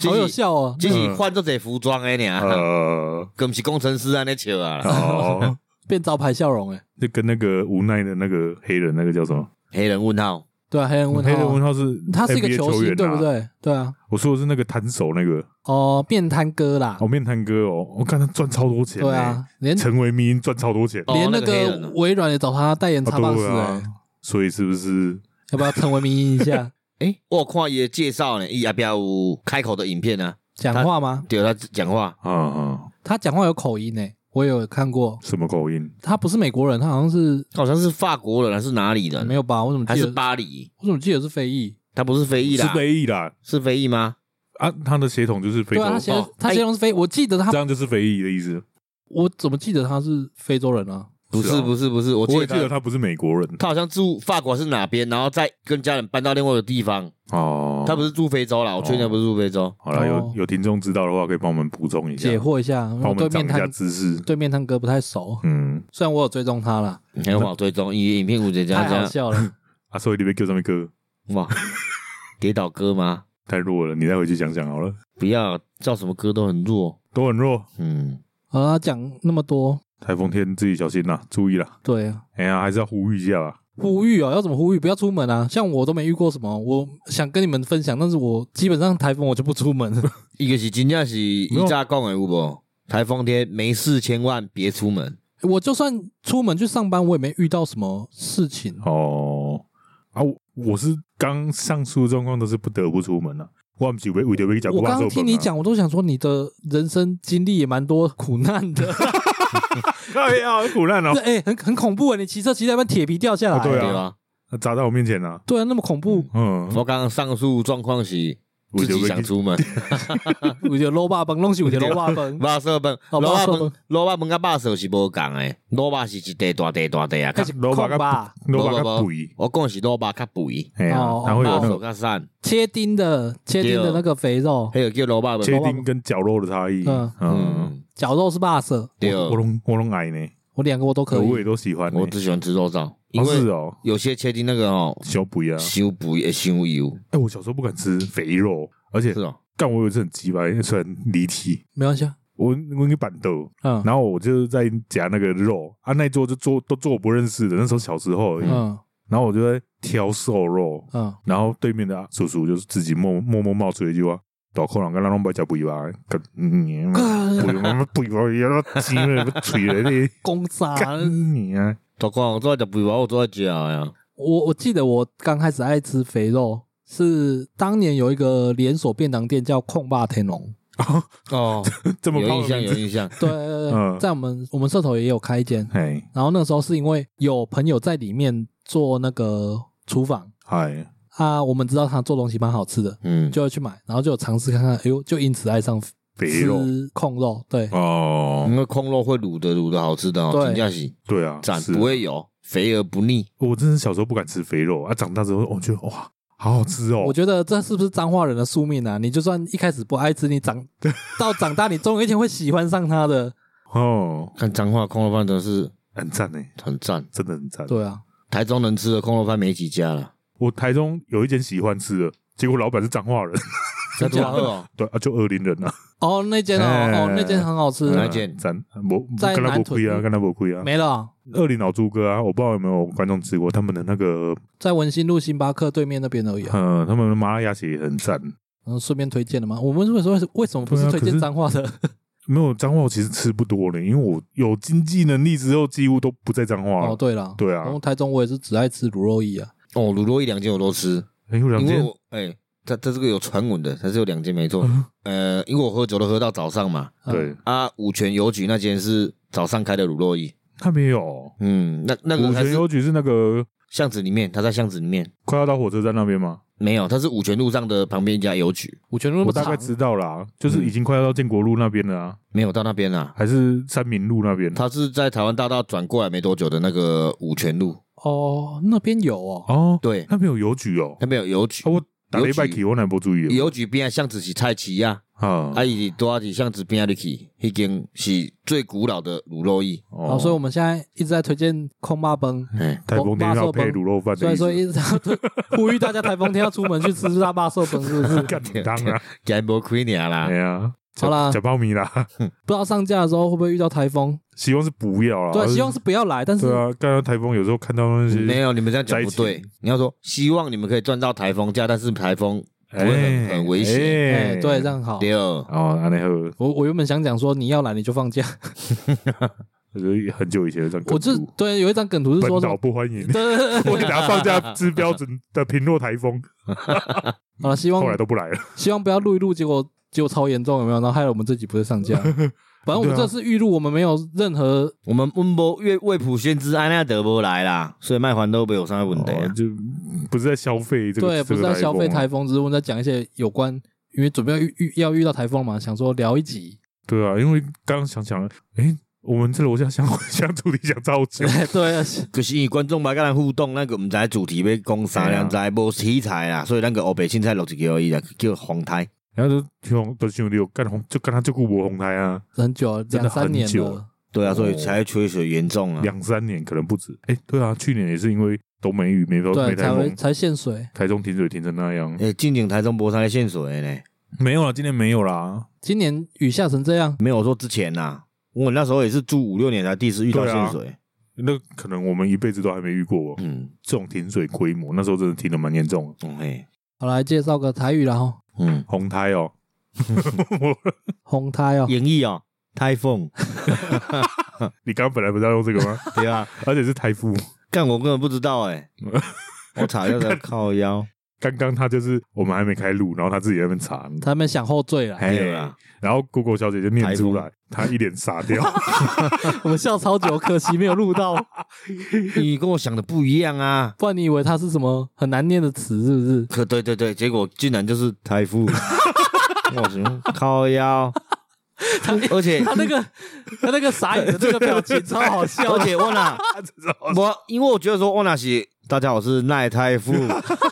[SPEAKER 1] 好有效哦。
[SPEAKER 2] 只是换做者服装诶，尔，
[SPEAKER 3] 呃，
[SPEAKER 2] 更是工程师安尼笑啊，
[SPEAKER 3] 哦，
[SPEAKER 1] 变招牌笑容哎，
[SPEAKER 3] 就跟那个无奈的那个黑人那个叫什么？
[SPEAKER 2] 黑人问号，
[SPEAKER 1] 对啊，黑人问
[SPEAKER 3] 嗯黑人
[SPEAKER 1] 号
[SPEAKER 3] 文
[SPEAKER 1] 啊，
[SPEAKER 3] 浩是
[SPEAKER 1] 他是一个
[SPEAKER 3] NBA
[SPEAKER 1] 球
[SPEAKER 3] 员
[SPEAKER 1] 星，对
[SPEAKER 3] 啊
[SPEAKER 1] 不？对？对啊，
[SPEAKER 3] 我说的是那个弹手那个
[SPEAKER 1] 哦，面瘫哥啦
[SPEAKER 3] 哦，，面瘫哥哦，我看他赚超多钱，
[SPEAKER 1] 对，啊，连
[SPEAKER 3] 成为迷因赚超多钱，
[SPEAKER 2] 哦
[SPEAKER 1] 连
[SPEAKER 2] 那
[SPEAKER 1] 那
[SPEAKER 2] 个黑人
[SPEAKER 1] 个
[SPEAKER 2] 啊
[SPEAKER 1] 微软也找他代言
[SPEAKER 3] 哦
[SPEAKER 1] 叉 box
[SPEAKER 3] 对啊
[SPEAKER 1] 哎，
[SPEAKER 3] 所以是不是？
[SPEAKER 1] 要不要成为名医一 下？
[SPEAKER 2] 诶，我有看伊的介绍呢，伊后壁有开口的影片啊，
[SPEAKER 1] 讲话吗？
[SPEAKER 2] 对他讲话，
[SPEAKER 3] 啊啊，
[SPEAKER 1] 他讲话有口音哎，我有看过，
[SPEAKER 3] 什么口音？
[SPEAKER 1] 他不是美国人，他好像是
[SPEAKER 2] 好像是法国人还是哪
[SPEAKER 3] 嗯
[SPEAKER 2] 里人？
[SPEAKER 1] 没有吧？我怎么
[SPEAKER 2] 还
[SPEAKER 1] 记
[SPEAKER 2] 是
[SPEAKER 1] 得？
[SPEAKER 2] 巴黎？
[SPEAKER 1] 我怎么记得是非裔？
[SPEAKER 2] 他不是非裔
[SPEAKER 3] 是
[SPEAKER 2] 啦，
[SPEAKER 3] 非裔啦，
[SPEAKER 2] 是非裔吗？
[SPEAKER 3] 啊，他的血统就是
[SPEAKER 1] 对
[SPEAKER 3] 非洲啊
[SPEAKER 1] 啊，，他形
[SPEAKER 2] 哦
[SPEAKER 1] 他
[SPEAKER 2] 哎
[SPEAKER 1] 形容是非，我记得他
[SPEAKER 3] 这，样就是非裔的意思。
[SPEAKER 1] 我怎么记得他是非洲人啊？
[SPEAKER 2] 不
[SPEAKER 3] 是
[SPEAKER 2] 是，
[SPEAKER 3] 啊
[SPEAKER 2] 不是，不是，我
[SPEAKER 3] 我也记
[SPEAKER 2] 记
[SPEAKER 3] 得
[SPEAKER 2] 得他
[SPEAKER 3] 他不是美国人
[SPEAKER 2] 他好像住法国还是哪边，然后再跟家人搬到另外一个地方。
[SPEAKER 3] 哦，
[SPEAKER 2] 他不是住非洲啦，我确定他不是住非洲。
[SPEAKER 3] 好了，
[SPEAKER 1] 哦
[SPEAKER 3] 有有听众知道的话，可以帮我们补充一下，
[SPEAKER 1] 解惑一下，因为
[SPEAKER 3] 帮我
[SPEAKER 1] 我对
[SPEAKER 3] 们涨
[SPEAKER 1] 面
[SPEAKER 3] 一下
[SPEAKER 1] 瘫
[SPEAKER 3] 知识。
[SPEAKER 1] 对面瘫哥不太熟，
[SPEAKER 3] 嗯，
[SPEAKER 1] 虽然我有追踪他啦，
[SPEAKER 2] 很好追踪，影影片五姐这样
[SPEAKER 1] 太
[SPEAKER 2] 这
[SPEAKER 1] 好
[SPEAKER 2] 样，
[SPEAKER 1] 笑了。
[SPEAKER 3] 啊，所以你被叫上面哥
[SPEAKER 2] 哇，跌倒歌吗？
[SPEAKER 3] 太弱了，你再回去想想好了，
[SPEAKER 2] 不要叫什么歌都很弱。
[SPEAKER 3] 都很弱。
[SPEAKER 2] 嗯，
[SPEAKER 1] 好啦，讲那么多，
[SPEAKER 3] 台风天自己小心啦，注意啦。
[SPEAKER 1] 对啊，
[SPEAKER 3] 哎呀，还是要呼吁一下啦。
[SPEAKER 1] 呼吁哦，要怎么呼吁？不要出门啊！像我都没遇过什么，我想跟你们分享，但是我基本上台风我就不出门。
[SPEAKER 2] 一个是真正是一炸讲的有无？台风天没事千万别出门。
[SPEAKER 1] 我就算出门去上班，我也没遇到什么事情。
[SPEAKER 3] 哦，啊，我我是刚上述的状况都是不得不出门了。我们几位为着被讲，
[SPEAKER 1] 我刚
[SPEAKER 3] 怕
[SPEAKER 1] 刚
[SPEAKER 3] 受
[SPEAKER 1] 听
[SPEAKER 3] 本
[SPEAKER 1] 你
[SPEAKER 3] 啊，
[SPEAKER 1] 讲，我都想说你的人生经历也蛮多苦难的，
[SPEAKER 3] 哎呀，苦难哦
[SPEAKER 1] 这，哎、很很恐怖啊！你骑车骑到一半，铁皮掉下来、
[SPEAKER 3] 哦对啊
[SPEAKER 2] 对吧？
[SPEAKER 3] 砸在我面前啊。
[SPEAKER 1] 对啊，那么恐 怖，
[SPEAKER 3] 嗯，
[SPEAKER 2] 我刚刚上述状况是自己想 出门，
[SPEAKER 1] 我觉得肉霸崩，弄起我觉得肉霸崩。
[SPEAKER 2] 肉色饭，
[SPEAKER 1] 哦
[SPEAKER 2] 肉肉
[SPEAKER 1] 肉
[SPEAKER 2] 饭
[SPEAKER 1] 饭，
[SPEAKER 2] 肉肉饭甲肉色是无共的，肉肉是一块大块大块啊。
[SPEAKER 1] 开
[SPEAKER 2] 较
[SPEAKER 1] 始
[SPEAKER 3] 萝
[SPEAKER 1] 控
[SPEAKER 3] 卜跟
[SPEAKER 1] 吧，
[SPEAKER 3] 萝卜
[SPEAKER 2] 不
[SPEAKER 3] 跟
[SPEAKER 2] 不不
[SPEAKER 3] 肥，
[SPEAKER 2] 我讲的是肉肉较肥，
[SPEAKER 3] 哎呀
[SPEAKER 1] 哦，
[SPEAKER 3] 它会有
[SPEAKER 2] 肉
[SPEAKER 3] 那
[SPEAKER 2] 色
[SPEAKER 3] 种
[SPEAKER 2] 较瘦，
[SPEAKER 1] 切丁的切丁的那个肥肉，
[SPEAKER 3] 啊
[SPEAKER 2] 还有叫肉肉
[SPEAKER 3] 切
[SPEAKER 2] 饭。
[SPEAKER 3] 丁跟绞肉的差异。
[SPEAKER 1] 嗯
[SPEAKER 3] 嗯，
[SPEAKER 2] 嗯，
[SPEAKER 1] 绞肉是霸色，
[SPEAKER 2] 对，哦
[SPEAKER 3] 我拢我拢爱呢，
[SPEAKER 1] 我两个我都可
[SPEAKER 3] 我
[SPEAKER 1] 以
[SPEAKER 3] 也。都喜欢呢。
[SPEAKER 2] 我只喜欢吃肉燥，因
[SPEAKER 3] 哦是
[SPEAKER 2] 为
[SPEAKER 3] 哦，
[SPEAKER 2] 有些切丁那个哦，
[SPEAKER 3] 小肥啊。
[SPEAKER 2] 伤肥会伤油，
[SPEAKER 3] 哎，我小时候不敢吃肥肉，而且
[SPEAKER 2] 是哦。
[SPEAKER 3] 干我有一次很鸡巴，虽然离题，
[SPEAKER 1] 没关系啊，
[SPEAKER 3] 我我那个板豆，
[SPEAKER 1] 嗯
[SPEAKER 3] 然后我就是在夹那个肉啊，那一桌就做都做我不认识的，那时候小时候而已，
[SPEAKER 1] 嗯
[SPEAKER 3] 然后我就在挑瘦肉，
[SPEAKER 1] 嗯，
[SPEAKER 3] 然后对面的叔叔就是自己默默默冒出一句话。大口人跟咱拢不食肥吧，跟嗯，肥嘛肥吧，伊都钱了，嘴了你，
[SPEAKER 1] 公杀。
[SPEAKER 3] 干你啊！
[SPEAKER 2] 大哥，我做食肥肉，我做食呀。
[SPEAKER 1] 我我记得我刚开始爱吃肥肉，是当年有一个连锁便当店叫控霸天 龙，
[SPEAKER 2] 哦，
[SPEAKER 3] 这么
[SPEAKER 2] 有
[SPEAKER 3] 高
[SPEAKER 2] 印
[SPEAKER 3] 的
[SPEAKER 2] 象，
[SPEAKER 3] 名
[SPEAKER 2] 有
[SPEAKER 3] 字，
[SPEAKER 2] 印象。
[SPEAKER 1] 对对对对
[SPEAKER 3] 嗯
[SPEAKER 1] 在我们我们社头也有开一间，
[SPEAKER 3] 哎
[SPEAKER 1] 然后那时候是因为有朋友在里面做那个厨房
[SPEAKER 3] 哎，
[SPEAKER 1] 啊，我们知道他做东西蛮好吃的，
[SPEAKER 2] 嗯，
[SPEAKER 1] 就会去买，然后就有尝试看看，哎呦，就因此爱上
[SPEAKER 3] 肥肉
[SPEAKER 1] 吃控肉，对，
[SPEAKER 3] 哦
[SPEAKER 2] 因，为空肉会卤的，卤的好吃的哦，
[SPEAKER 1] 对
[SPEAKER 2] 真正是
[SPEAKER 3] 对啊，
[SPEAKER 2] 赞，
[SPEAKER 3] 是
[SPEAKER 2] 不会有肥而不腻。
[SPEAKER 3] 我真是小时候不敢吃肥肉啊，长大之后我觉得哇，好好吃哦
[SPEAKER 1] 我。觉得这是不是彰化人的宿命啊？你就算一开始不爱吃，你长到长大，你总有一天会喜欢上它的。
[SPEAKER 3] 哦，
[SPEAKER 2] 看彰化空肉饭真的是
[SPEAKER 3] 很赞呢，
[SPEAKER 2] 很赞，
[SPEAKER 3] 真的很赞。
[SPEAKER 1] 对啊，
[SPEAKER 2] 台中能吃的空肉饭没几家了。
[SPEAKER 3] 我台中有一间喜欢吃的，结果老板是彰化人，
[SPEAKER 2] 那多
[SPEAKER 1] 假的
[SPEAKER 2] 好哦，
[SPEAKER 3] 对啊，就二林人啊，
[SPEAKER 1] 哦，那间哦，
[SPEAKER 3] 哎
[SPEAKER 1] 哦，那间很好吃，
[SPEAKER 2] 哪一间
[SPEAKER 3] 嗯赞，我
[SPEAKER 1] 在
[SPEAKER 3] 跟他
[SPEAKER 1] 南
[SPEAKER 3] 不亏啊，
[SPEAKER 1] 屯嗯
[SPEAKER 3] 跟他不亏啊。
[SPEAKER 1] 没了啊，
[SPEAKER 3] 二林老猪哥啊，我不知道有没有观众吃过他们的那个，
[SPEAKER 1] 在文心路星巴克对面那边而已、啊。
[SPEAKER 3] 呃，他们的麻辣鸭血也很赞。
[SPEAKER 1] 然后顺便推荐的吗？我们为什么为什么不
[SPEAKER 3] 对
[SPEAKER 1] 是
[SPEAKER 3] 啊
[SPEAKER 1] 推
[SPEAKER 3] 可
[SPEAKER 1] 荐
[SPEAKER 3] 是
[SPEAKER 1] 脏话的？
[SPEAKER 3] 没有彰化，我其实吃不多呢，因为我有经济能力之后，几乎都不在彰化
[SPEAKER 1] 哦，
[SPEAKER 3] 了。
[SPEAKER 1] 对了，
[SPEAKER 3] 对啊
[SPEAKER 1] 然后台中我也是只爱吃卤肉意啊。
[SPEAKER 2] 哦，卤肉一两间我都吃，
[SPEAKER 3] 哎，有两
[SPEAKER 2] 因为
[SPEAKER 3] 间
[SPEAKER 2] 我哎，它它这个有传闻的，它是有两间没错。
[SPEAKER 3] 嗯
[SPEAKER 2] 呃，因为我喝酒都喝到早上嘛，
[SPEAKER 1] 嗯
[SPEAKER 3] 对，
[SPEAKER 2] 啊，五泉邮局那间是早上开的卤肉意，
[SPEAKER 3] 他没有。
[SPEAKER 2] 嗯，那那个
[SPEAKER 3] 五
[SPEAKER 2] 还
[SPEAKER 3] 泉
[SPEAKER 2] 是
[SPEAKER 3] 邮局是那个
[SPEAKER 2] 巷子里面，它在巷子里面
[SPEAKER 3] 快要到火车站那边吗？
[SPEAKER 2] 没有，它是五泉路上的旁边一家邮局，
[SPEAKER 1] 我全都那
[SPEAKER 3] 我
[SPEAKER 1] 么
[SPEAKER 3] 大概
[SPEAKER 1] 长，
[SPEAKER 3] 知道啦，
[SPEAKER 2] 嗯
[SPEAKER 3] 就是已经快要到建国路那边了啊，
[SPEAKER 2] 没有到那边啦。
[SPEAKER 3] 还是三民路那边？
[SPEAKER 2] 它是在台湾大道转过来没多久的那个五泉路，
[SPEAKER 1] 哦，那边有哦，
[SPEAKER 3] 哦，
[SPEAKER 2] 对，
[SPEAKER 3] 那边有邮局哦。
[SPEAKER 2] 那边有邮局
[SPEAKER 3] 啊，，我打礼拜去我哪无注意
[SPEAKER 2] 邮局边的巷子是菜市啊，
[SPEAKER 3] 啊
[SPEAKER 1] 哎
[SPEAKER 2] 啊，伊是拄啊伫巷子边啊入去，迄间是最古老的卤肉意。
[SPEAKER 1] 好，
[SPEAKER 3] 哦
[SPEAKER 1] 所以我们现在一直在推荐空巴崩，
[SPEAKER 2] 哎，
[SPEAKER 3] 台风天要配卤肉饭
[SPEAKER 1] 所
[SPEAKER 3] 的
[SPEAKER 1] 以
[SPEAKER 3] 意
[SPEAKER 1] 说
[SPEAKER 3] 思，
[SPEAKER 1] 一直要推呼吁大家台风天要出门去吃大巴寿崩，是不 是？
[SPEAKER 3] 哎干当然，
[SPEAKER 2] 今日无开尔啦
[SPEAKER 3] 哎，呀，吃
[SPEAKER 1] 啊好啦
[SPEAKER 3] 吃泡米啦，
[SPEAKER 1] 不知道上架的时候会不会遇到台风？
[SPEAKER 3] 希望是不要啦，
[SPEAKER 1] 对，希望是不要来，但是
[SPEAKER 3] 对啊，刚刚台风有时候看到那些
[SPEAKER 2] 没有你们这样讲不
[SPEAKER 3] 灾
[SPEAKER 2] 对。你要说希望你们可以赚到台风假，但是台风不会
[SPEAKER 3] 哎
[SPEAKER 2] 很很危险。
[SPEAKER 1] 哎，对，这。样好。
[SPEAKER 2] 对，
[SPEAKER 3] 哦，安内后
[SPEAKER 1] 我我原本想讲说你要来你就放假，
[SPEAKER 3] 就是很久以前的这张
[SPEAKER 1] 我
[SPEAKER 3] 梗
[SPEAKER 1] 就
[SPEAKER 3] 图，
[SPEAKER 1] 对有一张梗图是说什
[SPEAKER 3] 本岛
[SPEAKER 1] 么？
[SPEAKER 3] 不欢迎，
[SPEAKER 1] 对 对对对
[SPEAKER 3] 我给他放假之标准的平落台风，
[SPEAKER 1] 好了，希望
[SPEAKER 3] 后来都不来了。
[SPEAKER 1] 希望不要录一录，结果结果超严重，有没有？然后害了我们这集不是上 架。反正
[SPEAKER 3] 啊
[SPEAKER 1] 我们这次预录，我们没有任何
[SPEAKER 2] 我们温波未未普先知安娜德波来啦，所以卖还都没有啥问题
[SPEAKER 3] 哦
[SPEAKER 2] 啊。
[SPEAKER 3] 就不是在消费这
[SPEAKER 1] 对，
[SPEAKER 3] 个，
[SPEAKER 1] 不是
[SPEAKER 3] 这个
[SPEAKER 1] 在消费
[SPEAKER 3] 台风啊
[SPEAKER 1] 台风，只是我们在讲一些有关，因为准备要遇遇要遇到台风嘛，想说聊一集。
[SPEAKER 3] 对啊，因为刚刚想想，哎，我们这楼下相相处理想 超久，
[SPEAKER 1] 对，
[SPEAKER 2] 就是因为观众嘛，跟咱互动，咱个毋知主题要讲啥，
[SPEAKER 3] 对啊
[SPEAKER 2] 咱知无题材啊啦，所以咱个黑白凊彩录一个而已啦，叫黄胎。
[SPEAKER 3] 然后就红都想六干红，就跟他就顾博红台啊，
[SPEAKER 1] 很久了，两
[SPEAKER 3] 真的
[SPEAKER 1] 三年
[SPEAKER 3] 很久
[SPEAKER 1] 了。
[SPEAKER 2] 对啊，
[SPEAKER 3] 哦
[SPEAKER 2] 所以才会缺水严重啊。
[SPEAKER 3] 两三年可能不止。哎，对啊，去年也是因为都没雨没没
[SPEAKER 1] 对，啊
[SPEAKER 3] 台
[SPEAKER 1] 才会
[SPEAKER 3] 风，
[SPEAKER 1] 才限水。
[SPEAKER 3] 台中停水停成那样。
[SPEAKER 2] 诶，近景哎台中博山的限水呢，
[SPEAKER 3] 没有啦，今年没有啦。
[SPEAKER 1] 今年雨下成这样，
[SPEAKER 2] 没有说之前呐、我那时候也是住五六年才第一次遇到
[SPEAKER 3] 对啊
[SPEAKER 2] 限水。
[SPEAKER 3] 那可能我们一辈子都还没遇过
[SPEAKER 2] 嗯，
[SPEAKER 3] 这种停水规模，那时候真的停的蛮严重的。
[SPEAKER 2] 嗯嘿，
[SPEAKER 1] 好来介绍个台语啦吼，
[SPEAKER 2] 嗯，
[SPEAKER 3] 红胎哦，
[SPEAKER 1] 红胎哦，
[SPEAKER 2] 演绎哦，台 风，
[SPEAKER 3] 你刚刚本来不是要用这个吗？
[SPEAKER 2] 对啊，
[SPEAKER 3] 而且是台风。
[SPEAKER 2] 干我根本不知道 诶，我查一下才靠腰，
[SPEAKER 3] 刚刚他就是我们还没开录，然后他自己在那边查，
[SPEAKER 1] 他们想后缀啦，
[SPEAKER 3] 哎
[SPEAKER 2] 对啊，
[SPEAKER 3] 然后 Google 小姐就念出来，他一脸傻掉。
[SPEAKER 1] 我们笑超久，可惜没有录 到，
[SPEAKER 2] 你跟我想的不一样啊。
[SPEAKER 1] 不然你以为它是什么很难念的词是不是？
[SPEAKER 2] 可对对对，结果竟然就是 台风，我什么靠腰， 而且
[SPEAKER 1] 他那个他那个傻眼的那个表情超好 笑
[SPEAKER 2] 而，且我那我因为我觉得说我那是大家好我是赖 台风，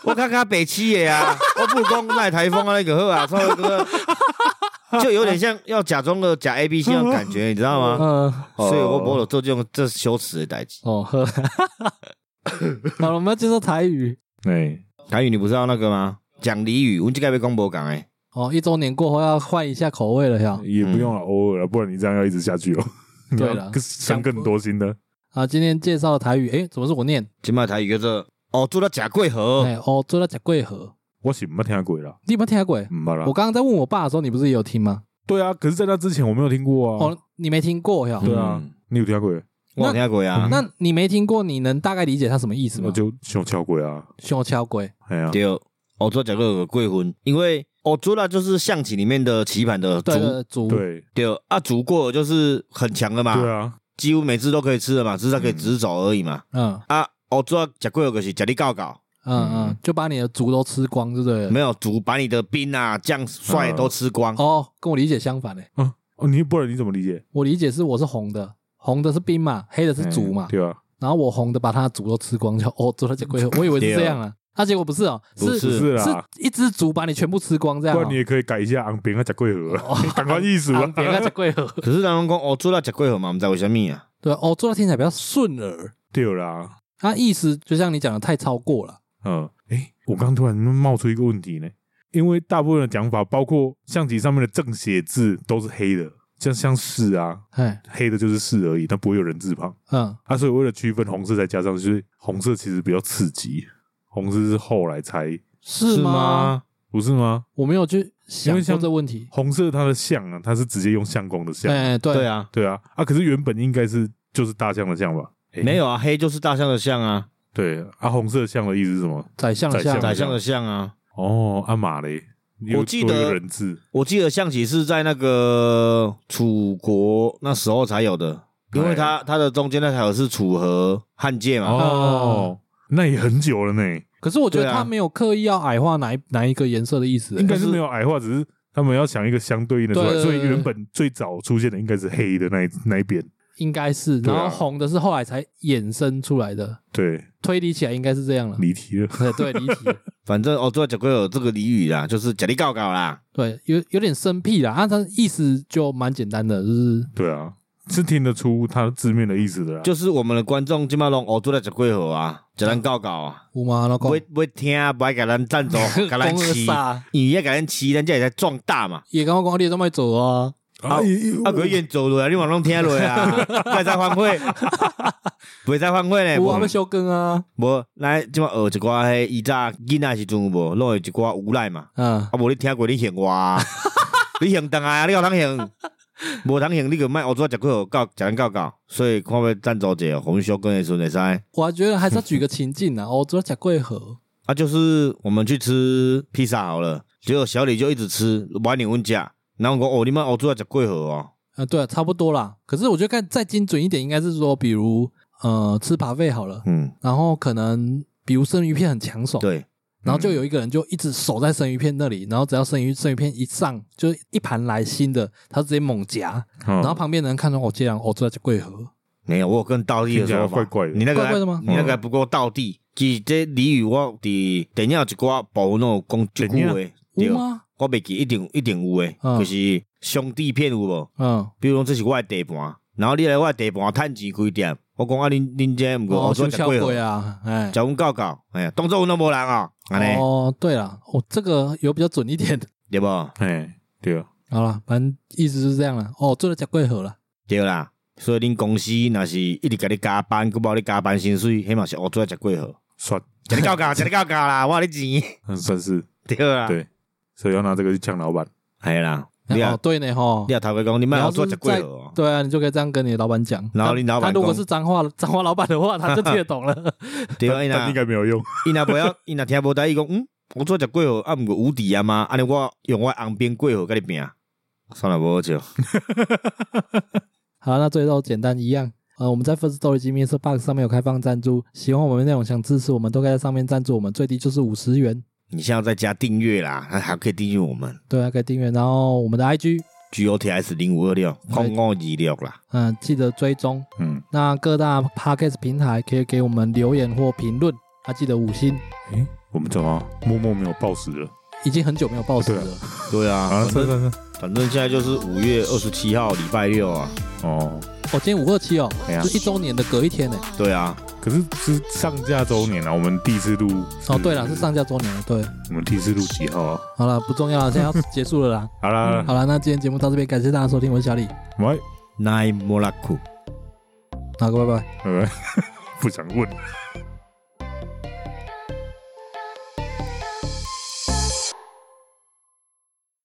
[SPEAKER 2] 我看看北七野啊，我不讲赖台风啊那个喝啊，稍微哥 就有点像要假装的假 A B C 那种感觉，你知道 吗？
[SPEAKER 1] 嗯，
[SPEAKER 3] 哦
[SPEAKER 2] 所以我我有做这种这羞耻的代志。
[SPEAKER 1] 哦呵， 好了，我们要介绍台语
[SPEAKER 3] 哎，
[SPEAKER 2] 台语你不是要那个吗？讲俚语，我们这个被公博讲哎，
[SPEAKER 1] 哦，一周年过后要换一下口味了呀。
[SPEAKER 3] 也不用了，偶尔了，不然你这样要一直下去哦。
[SPEAKER 1] 嗯
[SPEAKER 3] 你
[SPEAKER 1] 对
[SPEAKER 3] 要
[SPEAKER 1] 了
[SPEAKER 3] 想更多新的，
[SPEAKER 1] 啊，今天介绍的台语，诶，怎么是我念？
[SPEAKER 2] 今麦台语叫做哦，做到假贵和，
[SPEAKER 1] 哎，哦，做到假贵河，
[SPEAKER 3] 我是没听过啦，
[SPEAKER 1] 你有没有听过？
[SPEAKER 3] 没啦
[SPEAKER 1] 我。刚刚在问我爸的时候，你不是也有听吗？
[SPEAKER 3] 对啊，可是在那之前我没有听过啊。
[SPEAKER 1] 哦，你没听过呀？
[SPEAKER 3] 对啊
[SPEAKER 2] 嗯，
[SPEAKER 3] 你有听过？
[SPEAKER 2] 我有听过呀。
[SPEAKER 1] 那你没听过，你能大概理解它什么意思
[SPEAKER 3] 我
[SPEAKER 1] 吗？
[SPEAKER 3] 哦就想敲过啊。
[SPEAKER 1] 胸敲鬼，
[SPEAKER 3] 哎呀，
[SPEAKER 2] 对，哦欧洲讲个有贵婚，因为欧洲啦就是象棋里面的棋盘的
[SPEAKER 1] 对呃
[SPEAKER 2] 卒，
[SPEAKER 1] 对足，
[SPEAKER 3] 呃对
[SPEAKER 2] 对啊，卒过就是很强的嘛，
[SPEAKER 3] 对啊，
[SPEAKER 2] 几乎每次都可以吃的嘛，只是它可以直走而已嘛。
[SPEAKER 1] 嗯
[SPEAKER 2] 啊，欧洲讲贵个是假力告告，
[SPEAKER 1] 嗯
[SPEAKER 3] 啊
[SPEAKER 1] 嗯，就把你的足都吃光，对不对了？
[SPEAKER 2] 没有卒把你的兵啊、将帅都吃光。
[SPEAKER 1] 哦，跟我理解相反嘞，
[SPEAKER 3] 啊哦，你不然你怎么理解？
[SPEAKER 1] 我理解是我是红的，红的是兵嘛，黑的是卒嘛
[SPEAKER 3] 哎，对啊，
[SPEAKER 1] 然后我红的把他的足都吃光，就哦，做了假龟，我以为是这样啊，他结果不是哦，
[SPEAKER 2] 不
[SPEAKER 1] 是
[SPEAKER 2] 是
[SPEAKER 3] 是
[SPEAKER 1] 是
[SPEAKER 3] 啦，
[SPEAKER 1] 一只足把你全部吃光这样
[SPEAKER 3] 不
[SPEAKER 1] 哦
[SPEAKER 3] 然你。也可以改一下昂扁啊，贾桂河， 赶快艺术
[SPEAKER 1] 啊
[SPEAKER 3] 啊，
[SPEAKER 1] 别个假龟河，
[SPEAKER 2] 可是人们讲欧哦洲啦讲贵和嘛，我们知道为什么啊？
[SPEAKER 1] 对哦，做到听起来比较顺耳，
[SPEAKER 3] 对啦，
[SPEAKER 1] 它意思就像你讲的太超过了，
[SPEAKER 3] 嗯，诶，我刚突然冒出一个问题呢，因为大部分的讲法，包括象棋上面的正写字都是黑的，像像是啊，
[SPEAKER 1] 哎，
[SPEAKER 3] 黑的就是是而已，但不会有人字旁
[SPEAKER 1] 嗯，
[SPEAKER 3] 啊，所以为了区分红色才加上去，所以红色其实比较刺激，红色是后来才
[SPEAKER 1] 是吗？？
[SPEAKER 3] 不是吗？
[SPEAKER 1] 我没有去想
[SPEAKER 3] 因
[SPEAKER 1] 过
[SPEAKER 3] 为像
[SPEAKER 1] 这问题，
[SPEAKER 3] 红色它的象啊，它是直接用相公的象，
[SPEAKER 1] 哎，对
[SPEAKER 2] 对
[SPEAKER 1] 啊，
[SPEAKER 2] 啊，
[SPEAKER 3] 对啊，啊，可是原本应该是就是大象的象吧？诶
[SPEAKER 2] 没有啊，黑就是大象的象啊，
[SPEAKER 3] 对啊，红色象的意思是什么？
[SPEAKER 1] 宰相的
[SPEAKER 3] 宰相
[SPEAKER 1] 相
[SPEAKER 2] 宰相的象啊。
[SPEAKER 3] 哦，阿马嘞，有
[SPEAKER 2] 我记
[SPEAKER 3] 多一个
[SPEAKER 2] 得
[SPEAKER 3] 人字，
[SPEAKER 2] 我记得象棋是在那个楚国那时候才有的，因为它它的中间那条是楚河汉界
[SPEAKER 1] 嗯
[SPEAKER 2] 嘛。
[SPEAKER 3] 哦，那也很久了呢，
[SPEAKER 1] 可是我觉得
[SPEAKER 2] 对啊
[SPEAKER 1] 他没有刻意要矮化哪一哪一个颜色的意思、
[SPEAKER 3] 应
[SPEAKER 1] 欸，
[SPEAKER 3] 该是没有矮化，只是他们要想一个相对应的出来，
[SPEAKER 1] 对对
[SPEAKER 3] 所以
[SPEAKER 1] 对
[SPEAKER 3] 原本最早出现的应该是黑的那一那一边，
[SPEAKER 1] 应该是，
[SPEAKER 3] 对
[SPEAKER 1] 然
[SPEAKER 3] 啊
[SPEAKER 1] 后红的是后来才衍生出来的，
[SPEAKER 3] 对，
[SPEAKER 1] 推理起来应该是这样了。
[SPEAKER 3] 离题了。
[SPEAKER 1] 对对，离题了。
[SPEAKER 2] 反正哦，对，讲过有这个俚语啦，就是假力告告啦。
[SPEAKER 1] 对，有有点生僻啦，啊，它意思就蛮简单的，就是
[SPEAKER 3] 对啊，是听得出它字面的意思的啦。啊
[SPEAKER 2] 就是我们的观众今麦拢哦，做了食过河啊，食咱告告啊，
[SPEAKER 1] 乌马老公
[SPEAKER 2] 不不听，啊不爱给咱赞助，给咱
[SPEAKER 1] 公二
[SPEAKER 2] 饲，
[SPEAKER 1] 煞，
[SPEAKER 2] 伊要给咱饲，咱才会才壮大嘛。
[SPEAKER 1] 也刚刚讲你都卖走啊，
[SPEAKER 2] 啊
[SPEAKER 3] 伊伊
[SPEAKER 2] 啊，不愿做落来，你往拢听落啊，袂使反悔，袂使反悔呢。
[SPEAKER 1] 我
[SPEAKER 2] 无
[SPEAKER 1] 还没休更啊，
[SPEAKER 2] 无，咱即马学一寡迄以早囡仔时阵有无，拢会有一寡无赖嘛。
[SPEAKER 1] 嗯
[SPEAKER 2] 啊，，无你听过你嫌我啊，你嫌当啊，你有通嫌，无通嫌你就莫学做食过互教，食人教教。所以看要赞助者红小跟的时阵会使。啊，
[SPEAKER 1] 我觉得还是要举个情境啊，我昨天讲过河，
[SPEAKER 2] 就是我们去吃披萨好了，结果小李就一直吃，不爱你问价，然后我讲哦，你莫学做食过河哦。
[SPEAKER 1] 啊，对啊，差不多啦。可是我觉得看再精准一点，应该是说，比如呃，吃扒费好了，
[SPEAKER 2] 嗯，
[SPEAKER 1] 然后可能比如生鱼片很抢手，
[SPEAKER 2] 对，
[SPEAKER 1] 然后就有一个人就一直守在生鱼片那里，然后只要生鱼生鱼片一上，就一盘来新的，他直接猛夹，
[SPEAKER 3] 然
[SPEAKER 2] 嗯
[SPEAKER 1] 然后旁边的人看到我这样，我坐在桂河，
[SPEAKER 2] 没有，我有更道地
[SPEAKER 3] 听
[SPEAKER 2] 的
[SPEAKER 3] 起来
[SPEAKER 2] 说法。
[SPEAKER 3] 哦怪怪的嗯
[SPEAKER 2] 你那个
[SPEAKER 1] 怪
[SPEAKER 2] 还
[SPEAKER 1] 怪的吗
[SPEAKER 2] 你那个还不够道地。其实这俚语我伫电影有一寡部分有讲即句话，对
[SPEAKER 1] 有，吗？
[SPEAKER 2] 我袂记一定一定有诶，
[SPEAKER 1] 嗯
[SPEAKER 2] 就是兄弟片有无？
[SPEAKER 1] 嗯，
[SPEAKER 2] 比如讲这是我的地盘，然后你来我的地盘趁钱开店，我讲啊，恁恁这毋过
[SPEAKER 1] 哦，
[SPEAKER 2] 我
[SPEAKER 1] 修
[SPEAKER 2] 做食
[SPEAKER 1] 小
[SPEAKER 2] 过
[SPEAKER 1] 鬼
[SPEAKER 2] 河，
[SPEAKER 1] 啊，哎
[SPEAKER 2] 食，阮教教，哎呀，当做阮都无人哦，安尼
[SPEAKER 1] 哦，对了，哦，这个有比较准一点。
[SPEAKER 2] 对无？
[SPEAKER 3] 哎，对啊，
[SPEAKER 1] 好了，反正意思就是这样了。哦，做了假桂河了，
[SPEAKER 2] 对啦，所以恁公司若是一直甲你加班，佮无你加班薪水，迄嘛是学做食过河，
[SPEAKER 3] 算
[SPEAKER 2] 食你教教，食你教教啦，我给你钱，
[SPEAKER 3] 嗯算是
[SPEAKER 2] 对啦，
[SPEAKER 3] 对所以要拿这个去呛老板。
[SPEAKER 2] 系啦，你
[SPEAKER 1] 哦
[SPEAKER 2] 啊，
[SPEAKER 1] 对呢吼
[SPEAKER 2] 你，啊头家讲你莫
[SPEAKER 1] 你要是
[SPEAKER 2] 学做食过
[SPEAKER 1] 在
[SPEAKER 2] 河哦，
[SPEAKER 1] 对啊，你就可以这样跟你的老板讲。
[SPEAKER 2] 然后
[SPEAKER 1] 他
[SPEAKER 2] 你老板
[SPEAKER 1] 他如果
[SPEAKER 2] 讲
[SPEAKER 1] 是脏话 脏话老板的话，他就听得 懂了。
[SPEAKER 2] 对
[SPEAKER 1] 哎
[SPEAKER 2] 啊，伊
[SPEAKER 3] 但
[SPEAKER 2] 若
[SPEAKER 3] 应该没有用，
[SPEAKER 2] 伊若袂晓，伊若听无代，伊讲嗯，我做食过河，啊毋过无敌啊嘛，安尼我用我的红边过河甲你拼，算了，无好笑。
[SPEAKER 1] 好，那最后简单一样。呃，我们在 First Story 及 Mr. Box 上面有开放赞助，喜欢我们的内容想支持我们，都可以在上面赞助我们，最低就是五十元。
[SPEAKER 2] 你现在在加订阅啦，还还可以订阅我们
[SPEAKER 1] 对啊，可以订阅。然后我们的 IG，
[SPEAKER 2] G O T S 零五二六空空二六啦。
[SPEAKER 1] 嗯、记得追踪。
[SPEAKER 3] 嗯，
[SPEAKER 1] 那各大 Podcast 平台可以给我们留言或评论，啊，记得五星。
[SPEAKER 3] 诶，我们怎么默默没有报时了？
[SPEAKER 1] 已经很久没有报时
[SPEAKER 3] 对
[SPEAKER 1] 了，
[SPEAKER 2] 对啊，
[SPEAKER 3] 啊，
[SPEAKER 2] 反
[SPEAKER 3] 算
[SPEAKER 2] 正
[SPEAKER 3] 算算，
[SPEAKER 2] 反正现在就是五月二十七号礼拜六啊。
[SPEAKER 3] 哦，
[SPEAKER 1] 我、今天五二七哦，
[SPEAKER 3] 哎呀嗯
[SPEAKER 1] 是一周年的隔一天呢。
[SPEAKER 2] 对啊，
[SPEAKER 3] 可是是上架周年啊，我们第一次录
[SPEAKER 1] 哦，对了，是上架周年了。对，
[SPEAKER 3] 我们第一次录几号啊？
[SPEAKER 1] 好了，不重要了，现在要结束了啦。
[SPEAKER 3] 好啦，
[SPEAKER 1] 好了，那今天节目到这边，感谢大家收听，我是小李，
[SPEAKER 3] 喂，
[SPEAKER 2] 奈莫拉库。
[SPEAKER 1] 好，各位拜拜。
[SPEAKER 3] 拜拜，不想问。